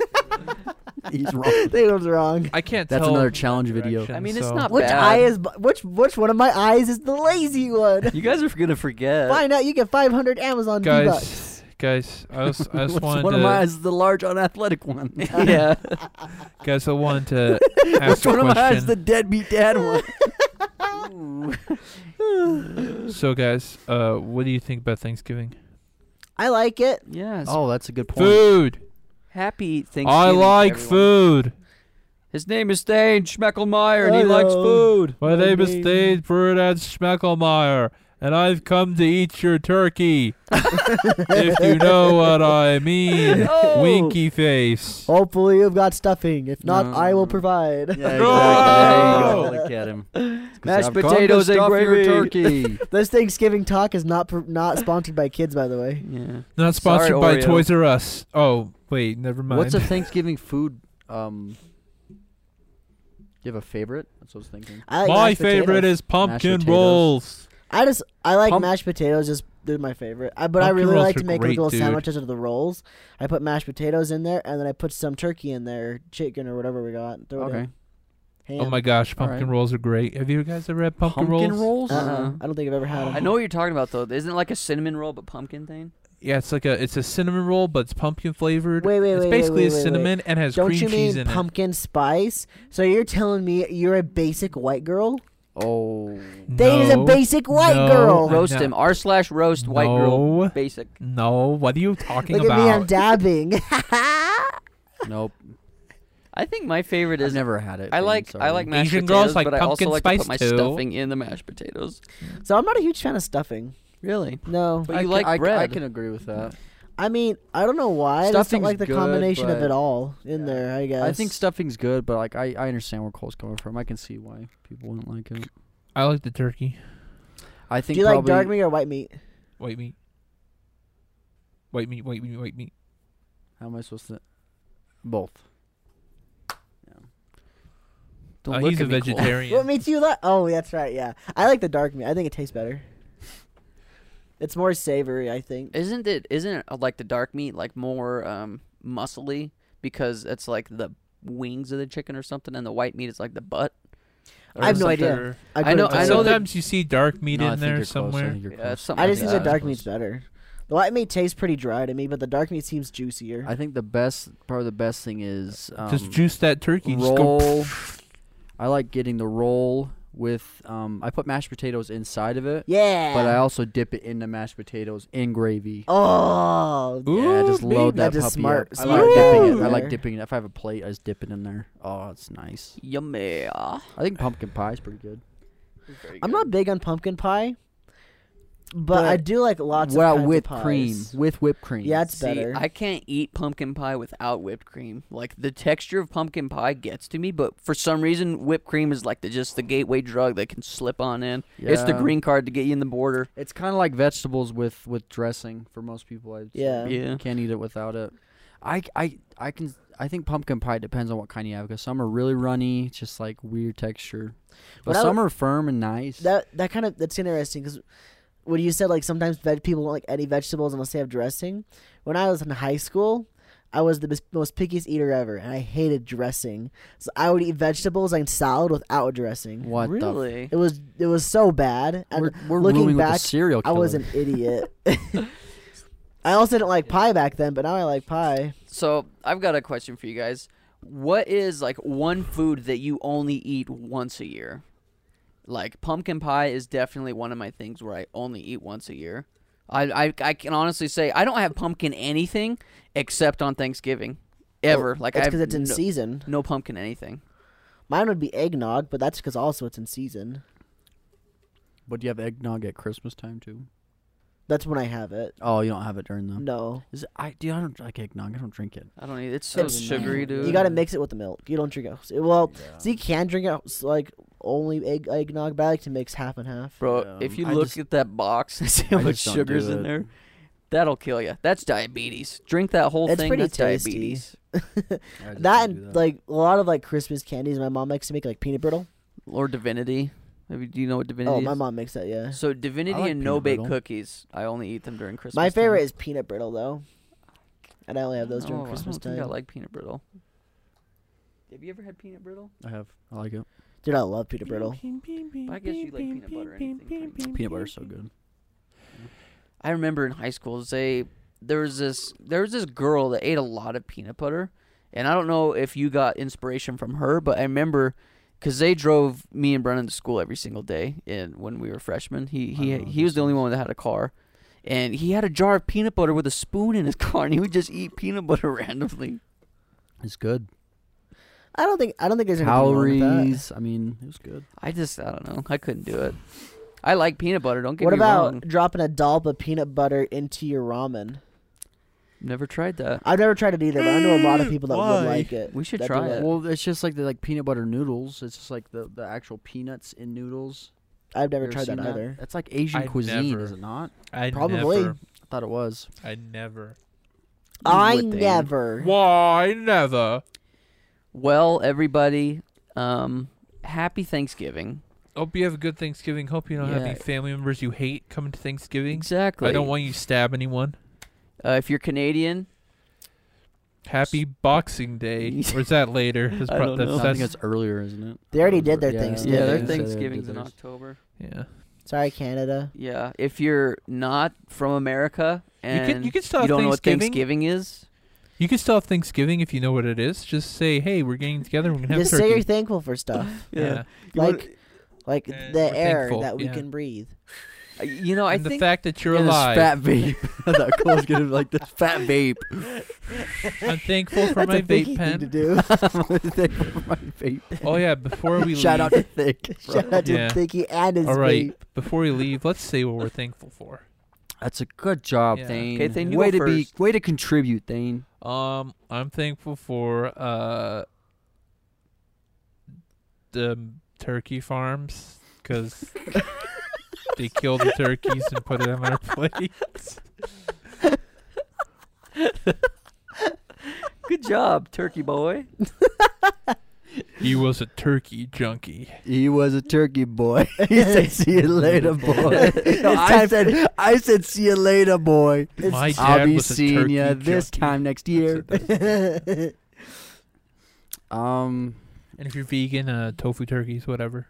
A: <laughs>
D: He's <laughs> wrong.
B: They was wrong.
C: I can't
D: That's
C: tell
D: another
C: in that
D: challenge video.
C: direction,
A: I mean, it's
C: so-
A: not
B: Which
A: bad.
B: eye is? bu- Which which one of my eyes is the lazy one?
A: <laughs>
B: <laughs>
A: You guys are gonna forget.
B: Find out. You get 500 Amazon
C: Guys,
B: bucks.
C: Guys, I just, I just
D: <laughs> What's
C: wanted
D: one
C: to.
D: of mine is the large unathletic <laughs> one.
A: yeah.
C: Guys, I
D: <laughs>
C: wanted to ask
D: one
C: a
D: of mine
C: question.
D: is the deadbeat dad one.
C: So, guys, uh, what do you think about Thanksgiving?
B: I like it.
A: Yes.
D: <laughs> oh, that's a good point.
C: Food.
A: Happy Thanksgiving.
C: I like
A: everyone.
C: food.
A: His name is Thane Schmeckelmeyer, and he
B: Hello.
A: likes food.
B: My
C: My name is
B: name-
C: Dane Brunet Schmeckelmeyer, and I've come to eat your
D: <laughs>
C: turkey. if you know what I mean,
A: Oh.
C: winky face.
B: Hopefully, you've got stuffing. If not, I will
D: Mm.
B: provide. <laughs>
D: Yeah,
C: No!
D: exactly. There you go. Look at <laughs> him.
A: Mashed
D: I've come to
A: potatoes and
D: stuff your
A: gravy.
D: <laughs> turkey.
B: This Thanksgiving talk is not pr- not sponsored by kids, by the way.
A: Yeah. Sorry,
C: Not sponsored by
A: Oreo.
C: Toys R Us. Oh, wait, never mind.
D: What's a Thanksgiving food? Um, do you have a favorite? That's what I was thinking.
B: I like
C: My
B: mashed
C: favorite
B: potatoes.
C: is pumpkin
D: potatoes.
C: rolls.
B: I just I like
D: Pump-
B: mashed potatoes. Just they're my favorite. I, but I
C: Pumpkin
B: really
C: rolls
B: like
C: are
B: to make
C: great,
B: like little
C: dude.
B: sandwiches of the rolls. I put mashed potatoes in there, and then I put some turkey in there, chicken or whatever we got. Throw It
D: Okay.
B: in. Ham.
C: Oh my gosh,
D: All right.
C: pumpkin rolls are great. Have you guys ever had pumpkin, rolls?
B: Uh-uh.
A: Uh-uh.
B: I don't think I've ever had
A: I
B: them.
A: know what you're talking about though. Isn't it like a cinnamon roll but pumpkin thing?
C: Yeah, it's like a it's a cinnamon roll, but it's pumpkin flavored.
B: Wait, wait,
C: it's
B: wait, wait,
C: basically
B: wait,
C: a
B: wait, wait.
C: cinnamon and has
B: Don't
C: cream
B: you
C: cheese
B: mean
C: in
B: pumpkin spice? So you're telling me you're a basic white girl?
D: <laughs> Oh.
C: it.
B: Date is a
C: No,
B: basic white
C: no,
B: girl.
C: I'm
A: Roast
C: not-
A: him. R slash roast white girl.
C: No,
A: Basic.
C: no. What are you talking
B: Look at me, I'm
C: about?
B: dabbing. <laughs>
D: Nope.
A: I think my favorite
D: I've
A: is.
D: never had it.
A: I
D: Peyton,
A: like
D: sorry.
A: I like mashed
C: Asian girls
A: potatoes,
C: like
A: but I also
C: pumpkin
A: like to put
C: spice
A: my
C: too.
A: stuffing in the mashed potatoes.
B: so I'm not a huge fan of stuffing.
A: Really?
B: No,
A: But
D: I
A: you
D: can-
A: like
D: I,
A: bread.
D: I can agree with that.
B: I mean I don't know why. I just don't
D: Stuffing's
B: like the
D: good,
B: combination of
D: but-
B: it all in
D: Yeah.
B: there. I guess.
D: I think stuffing's good, but like I, I understand where Cole's coming from. I can see why people wouldn't like it.
C: I like the turkey,
D: I think
B: Do you like
D: probably
B: dark meat or white meat?
C: white meat, white meat, white meat, white meat.
D: how am I supposed to both.
A: Don't
C: Uh,
A: look
C: he's
A: at
C: a
A: me, Cole.
B: <laughs> What
C: vegetarian.
B: meat do you like? Oh, that's right. Yeah, I like the dark meat. I think it tastes better. It's more savory, I think.
A: Isn't it? Isn't it uh, like the dark meat like more um muscly because it's like the wings of the chicken or something, and the white meat is like the butt.
B: I have no idea.
C: Or-
A: I know-
B: couldn't
A: I
B: tell
A: know
B: you.
A: that-
C: Sometimes you see dark meat
D: No, I
C: in
D: think
C: there
D: you're Close. I,
C: somewhere.
D: think you're
A: Yeah,
D: close.
A: it's something
B: I
A: like
B: just
A: that.
B: think
D: Yeah,
B: the
D: I
B: dark
D: suppose.
B: meat's better. The white meat tastes pretty dry to me, but the dark meat seems juicier.
D: I think the best probably the best thing is um,
C: Just juice that turkey. Just go
D: roll. I like getting the roll with um I put mashed potatoes inside of it,
B: yeah.
D: but I also dip it into mashed potatoes in gravy.
B: oh,
D: yeah, I just
C: Ooh, baby.
D: load that
B: That's a
D: puppy
B: smart-
D: up. I
B: smart
D: like dipping it.
B: move
D: I like
B: there.
D: dipping it. If I have a plate, I just dip it in there. Oh, it's nice.
A: Yummy.
D: I think pumpkin pie is pretty good.
B: I'm not big on pumpkin pie, but,
D: But
B: I do like lots
D: Well,
B: of kinds
D: whipped
B: of pies.
D: cream. With whipped cream.
B: Yeah, it's
A: See,
B: better.
A: I can't eat pumpkin pie without whipped cream. Like the texture of pumpkin pie gets to me, but for some reason, whipped cream is like the just the gateway drug that can slip on in. It's the
D: Yeah.
A: green card to get you in the border.
D: It's kind of like vegetables with with dressing for most people. I
B: Yeah.
A: Yeah.
D: can't eat it without it. I I I can. I think pumpkin pie depends on what kind you have because some are really runny, just like weird texture, but
B: What I
D: some are firm and nice.
B: that that kind of that's interesting because when you said like sometimes veg- people don't like any vegetables unless they have dressing. When I was in high school, I was the bes- most pickiest eater ever, and I hated dressing. So I would eat vegetables and salad without dressing.
D: what the?
A: really?
B: It was it was so bad.
D: F-
B: And
D: we're we're
B: looking
D: rooming
B: back,
D: with a serial
B: I
D: killer.
B: was an
A: <laughs>
B: idiot. I also didn't like pie back then, but now I like pie.
A: So I've got a question for you guys. What is like one food that you only eat once a year? Like pumpkin pie is definitely one of my things where I only eat once a year. I I, I can honestly say I don't have pumpkin anything except on Thanksgiving, ever. like I
B: Oh, it's
A: have
B: because it's in
A: no,
B: season.
A: no pumpkin anything.
B: Mine would be eggnog, but that's because also it's in season.
D: But you have eggnog at Christmas time too.
B: That's when I have it.
D: Oh, you don't have it during the.
B: No,
D: Is it, I dude, I don't like eggnog. I don't drink it.
A: I don't eat. It's so
B: It's-
A: sugary, dude.
B: you gotta mix it with the milk. You don't drink it. Well, so you can drink it s- like only egg eggnog, but I like to mix half and half.
A: bro.
D: Yeah,
A: if you
D: I
A: look
D: just-
A: at that box and <laughs> see how
D: I
A: much
D: just don't do
A: sugar's in
D: it.
A: there, that'll kill you. That's diabetes. Drink that whole
B: It's
A: thing.
B: pretty
A: that's
B: tasty.
A: diabetes.
D: <laughs> I
B: <laughs>
D: just
B: that
D: don't do
B: and like a lot of like Christmas candies, my mom likes to make like peanut brittle.
A: Or divinity. Have you- Do you know what divinity
B: Oh,
A: is?
B: my mom makes that. Yeah,
A: So divinity
D: like
A: and
D: peanut
A: no bake
D: brittle.
A: cookies. I only eat them during Christmas.
B: my favorite is peanut brittle though, and I only have those during Christmas
A: Oh, I don't think I
B: time.
A: like peanut brittle. Have you ever had peanut brittle?
D: I have. I like it.
B: Dude, I love peanut brittle.
A: I guess you like peanut butter and anything.
D: Peanut butter's so good.
A: I remember in high school, they there was this there was this girl that ate a lot of peanut butter, and I don't know if you got inspiration from her, but I remember because they drove me and Brennan to school every single day, and when we were freshmen, he he
D: I know
A: he was the only one that had a car. And he had a jar of peanut butter with a spoon in his <laughs> car, and he would just eat peanut butter <laughs> randomly.
D: It's good.
B: I don't think I don't think there's anything wrong with that.
D: Calories. I mean, it was good.
A: I just, I don't know, I couldn't do it. I like peanut butter. Don't get
B: What
A: me
B: about
A: wrong.
B: dropping a dollop of peanut butter into your ramen?
A: Never tried that.
B: I've never tried it either, but I know a
D: Eh,
B: lot of people that
C: Why?
B: would like it.
A: We should
B: that do
A: try
B: like-
A: it.
D: Well, it's just like the like peanut butter noodles. It's just like the, the actual peanuts in noodles.
B: I've never
D: You ever
B: tried that
D: seen
B: either.
D: That's like Asian
C: I
D: cuisine,
C: never-
D: is it not?
C: <laughs> I
B: Probably.
C: never.
D: I thought it was.
C: I never.
B: I
A: would think.
B: never.
C: Why never?
A: Well, everybody, um, happy Thanksgiving.
C: Hope you have a good Thanksgiving. Hope you don't have
A: Yeah.
C: any family members you hate coming to Thanksgiving.
A: Exactly.
C: I don't want you to stab anyone.
A: Uh, if you're Canadian,
C: Happy Boxing Day. or is that later? That's
A: I don't
C: prob-
A: know.
D: I
C: that's,
D: think it's earlier, isn't it?
B: They already
D: Those
B: did
D: are-
B: their
D: yeah,
B: Thanksgiving.
A: yeah,
B: Yeah,
A: their
B: they
D: said they did
A: Thanksgiving's in
D: theirs.
A: October.
C: yeah.
B: Sorry, Canada.
A: Yeah, if you're not from America and
C: you can still have
A: don't know what
C: Thanksgiving.
A: Thanksgiving is,
C: You can still have Thanksgiving if you know what it is. Just say, "Hey, we're getting together. We're gonna have
B: Just say
C: turkey."
B: you're thankful for stuff,
C: yeah.
A: You wanna-
B: Like- like
C: And
B: the
C: Eh, we're
B: air
C: thankful,
B: that we
C: yeah.
B: can <laughs> breathe.
A: Uh, you know, I
C: and the
A: think
C: fact that you're
D: And this
C: alive.
D: <laughs> fat vape. I thought Cole was gonna be like this fat vape.
C: <laughs> I'm thankful for
B: That's
C: my
B: a big
C: vape
B: thing to
C: pen.
B: do.
D: <laughs> I'm really thankful for my vape.
C: Oh yeah, before we
D: <laughs> Shout
C: leave.
D: out to Thick.
B: <laughs> Shout out to
C: Yeah.
B: Thinky and his
C: All right,
B: vape.
C: before we leave, let's say what we're thankful for.
D: That's a good job,
C: Yeah.
D: Thane.
A: Okay, Thane, you
D: way
A: go
D: to be, way to contribute, Thane.
C: Um, I'm thankful for uh the turkey farms because <laughs> they killed the turkeys and put them on our <laughs> plate.
A: <laughs> good job, Turkey boy.
C: He was a turkey junkie.
D: He was a turkey boy. <laughs> he said, "See you later, boy." No,
B: It's
D: <laughs> I
B: time-
D: said, "I said, see you later, boy."
C: My dad
D: I'll be
C: was a
D: seeing
C: turkey
D: you
C: junkie.
D: this time next year. <laughs> Um,
C: And if you're vegan, uh, tofu turkeys, whatever.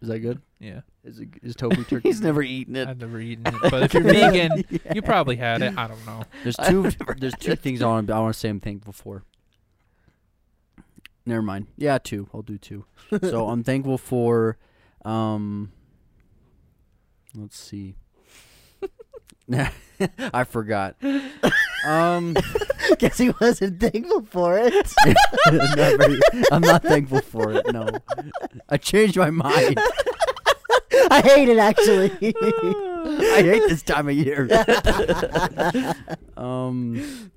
D: is that good?
C: Yeah,
D: Is it, is tofu
A: <laughs>
D: turkey?
A: He's never eaten it.
C: I've never eaten it, but if you're
D: <laughs>
C: vegan, you probably had it. I don't know.
B: <laughs>
D: There's
A: I've
D: two.
A: never
D: There's two things I want. I want to say I'm thankful for. Never mind. Yeah, two. I'll do two.
B: <laughs>
D: so I'm thankful for. Um, let's see. <laughs> I forgot. Um,
B: <laughs> Guess he wasn't thankful for
D: <laughs>
B: it.
D: I'm not very- I'm not thankful for it.
C: <laughs>
D: No, I changed my mind.
B: <laughs> I hate it
C: <laughs>
B: actually.
D: I hate this time
B: <laughs>
D: of year. um,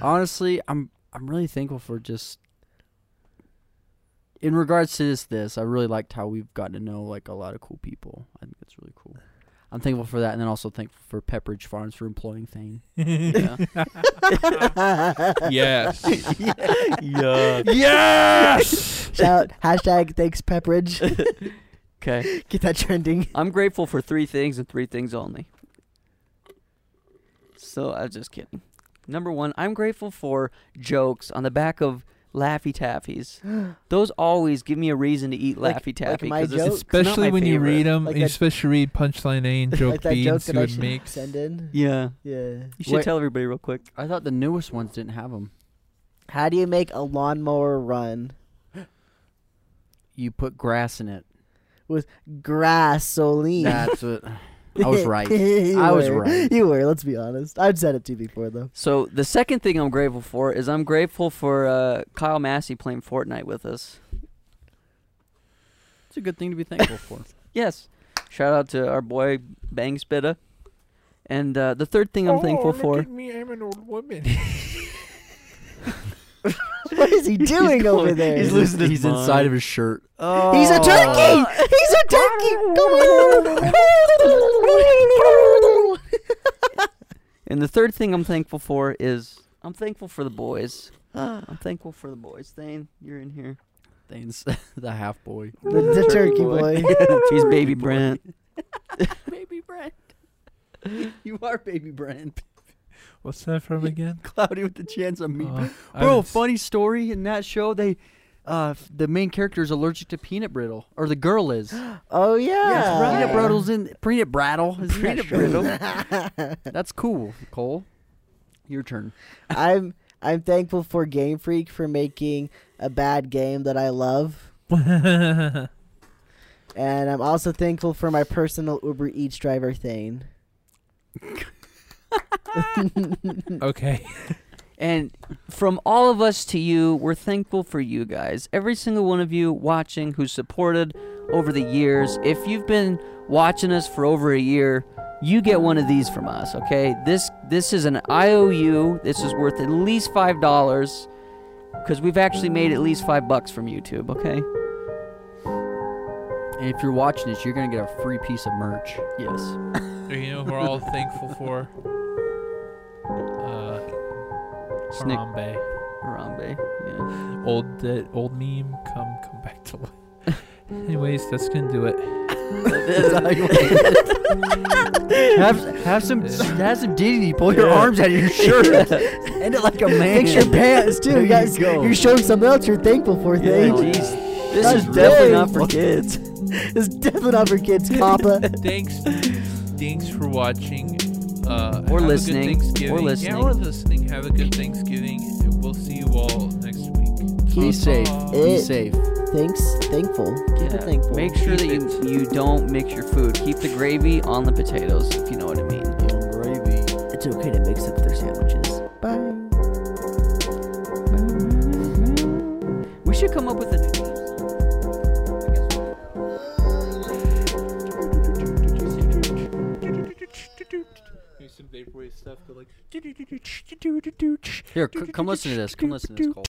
D: honestly, I'm I'm really thankful for just in regards to this this. I really liked how we've gotten to know like a lot of cool people. I think that's really cool. I'm thankful for that, and then also thankful for Pepperidge Farms for employing Thane.
C: <laughs> Yes.
A: yeah.
C: <laughs> yes.
B: Shout hashtag thanks Pepperidge.
A: <laughs> Okay.
B: <laughs> Get that
C: <laughs>
B: trending.
A: I'm grateful for three things and three things only. So I was just kidding. Number one, I'm grateful for jokes on the back of Laffy Taffies. Those always give me a reason to eat
B: Like-
A: Laffy
B: like
A: Taffy.
B: my
A: 'cause it's-
B: joke?
A: it's not
C: Especially
A: my
C: when you
A: favorite.
C: read them,
B: Like that-
C: especially read punchline A and
B: <laughs>
C: joke
B: like that
C: B
B: joke
C: and
B: that
C: see
B: I
C: what
B: should
C: makes.
B: send in.
A: Yeah.
B: Yeah.
A: You should
D: Wait.
A: tell everybody real quick.
D: I thought the newest ones didn't have them.
B: How do you make a lawnmower run
D: You put grass
B: <laughs>
D: in it.
B: with grasoline?
D: That's what. I was right.
B: <laughs> You
D: I was
B: were.
D: right.
B: You were. Let's be honest. I've said it to you before though.
A: So the second thing I'm grateful for is I'm grateful for uh, Kyle Massey playing Fortnite with us.
D: It's a good thing to be thankful for.
B: <laughs>
A: Yes. Shout out to our boy Bang Spitta. And uh, the third thing I'm thankful for. <laughs>
C: Oh, me, I'm an old woman.
B: What is he doing over
A: going-
B: there?
A: He's losing his
D: He's
A: mind.
D: inside of his shirt.
A: Oh.
B: He's a turkey.
D: Oh.
A: <laughs>
B: He's a turkey. Come on.
A: And the third thing I'm thankful for is I'm thankful for the boys. <gasps> I'm thankful for the boys. Thane, you're in here.
D: Thane's <laughs> the half boy.
B: The, the turkey
D: <laughs>
B: <laughs> boy.
A: She's baby Brent.
D: baby Brent. <laughs> You are baby Brent.
C: <laughs> What's that from again?
D: <laughs> Cloudy with the chance of meat.
C: Uh, I
D: Bro,
C: haven't s-
D: funny story in that show. They, uh, f- the main character is allergic to peanut brittle, or the girl is.
B: Oh yeah.
D: Yes, Peanut brittle's in peanut brattle. is in that
A: Peanut
D: show.
B: <laughs>
A: brittle.
D: That's cool, Cole. Your turn.
B: I'm I'm thankful for Game Freak for making a bad game that I love. And I'm also thankful for my personal Uber Eats driver
D: <laughs>
B: Thane.
C: <laughs>
B: <laughs>
C: okay.
A: And from all of us to you, we're thankful for you guys. Every single one of you watching who supported over the years. If you've been watching us for over a year, you get one of these from us, okay? This this is an IOU. This is worth at least five dollars. Because we've actually made at least five bucks from YouTube, okay?
D: And if you're watching this, you're gonna get a free piece of merch.
A: Yes.
C: Do you know who we're all thankful for? Uh,
A: Snick
C: Harambe.
A: Harambe. Yeah.
C: Old that old meme. Come come back to life. Anyways, that's gonna do it.
D: have, have some have some dignity. Pull your
C: Yeah.
D: arms out
C: <laughs>
D: of your shirt. End it like a man.
B: Fix your pants too.
D: There
B: you guys,
D: you go.
B: are showing something else you're thankful for,
A: Yeah,
B: Thane.
A: jeez. This is
B: That's
D: <laughs>
A: definitely
B: big.
A: not for kids.
B: It's definitely not for kids, Papa.
C: thanks thanks for watching uh,
A: Or
C: have a good
A: listening. Or
C: Thanksgiving.
A: listening.
C: yeah or listening have a good Thanksgiving and we'll see you all next week
D: Be safe. Be
B: It-
D: safe.
B: Thanks, thankful. Keep it thankful.
A: Make sure that
C: Keep
A: you, you don't mix your food. Keep the gravy on the potatoes, if you know what I mean.
D: Gravy.
B: it's okay to mix up their sandwiches. Bye.
A: Mm-hmm. We should come up with a new theme song. I guess we'll-
C: Here's some vaporwave stuff but like
D: Here, c- come listen to this. Come listen to this, Cole.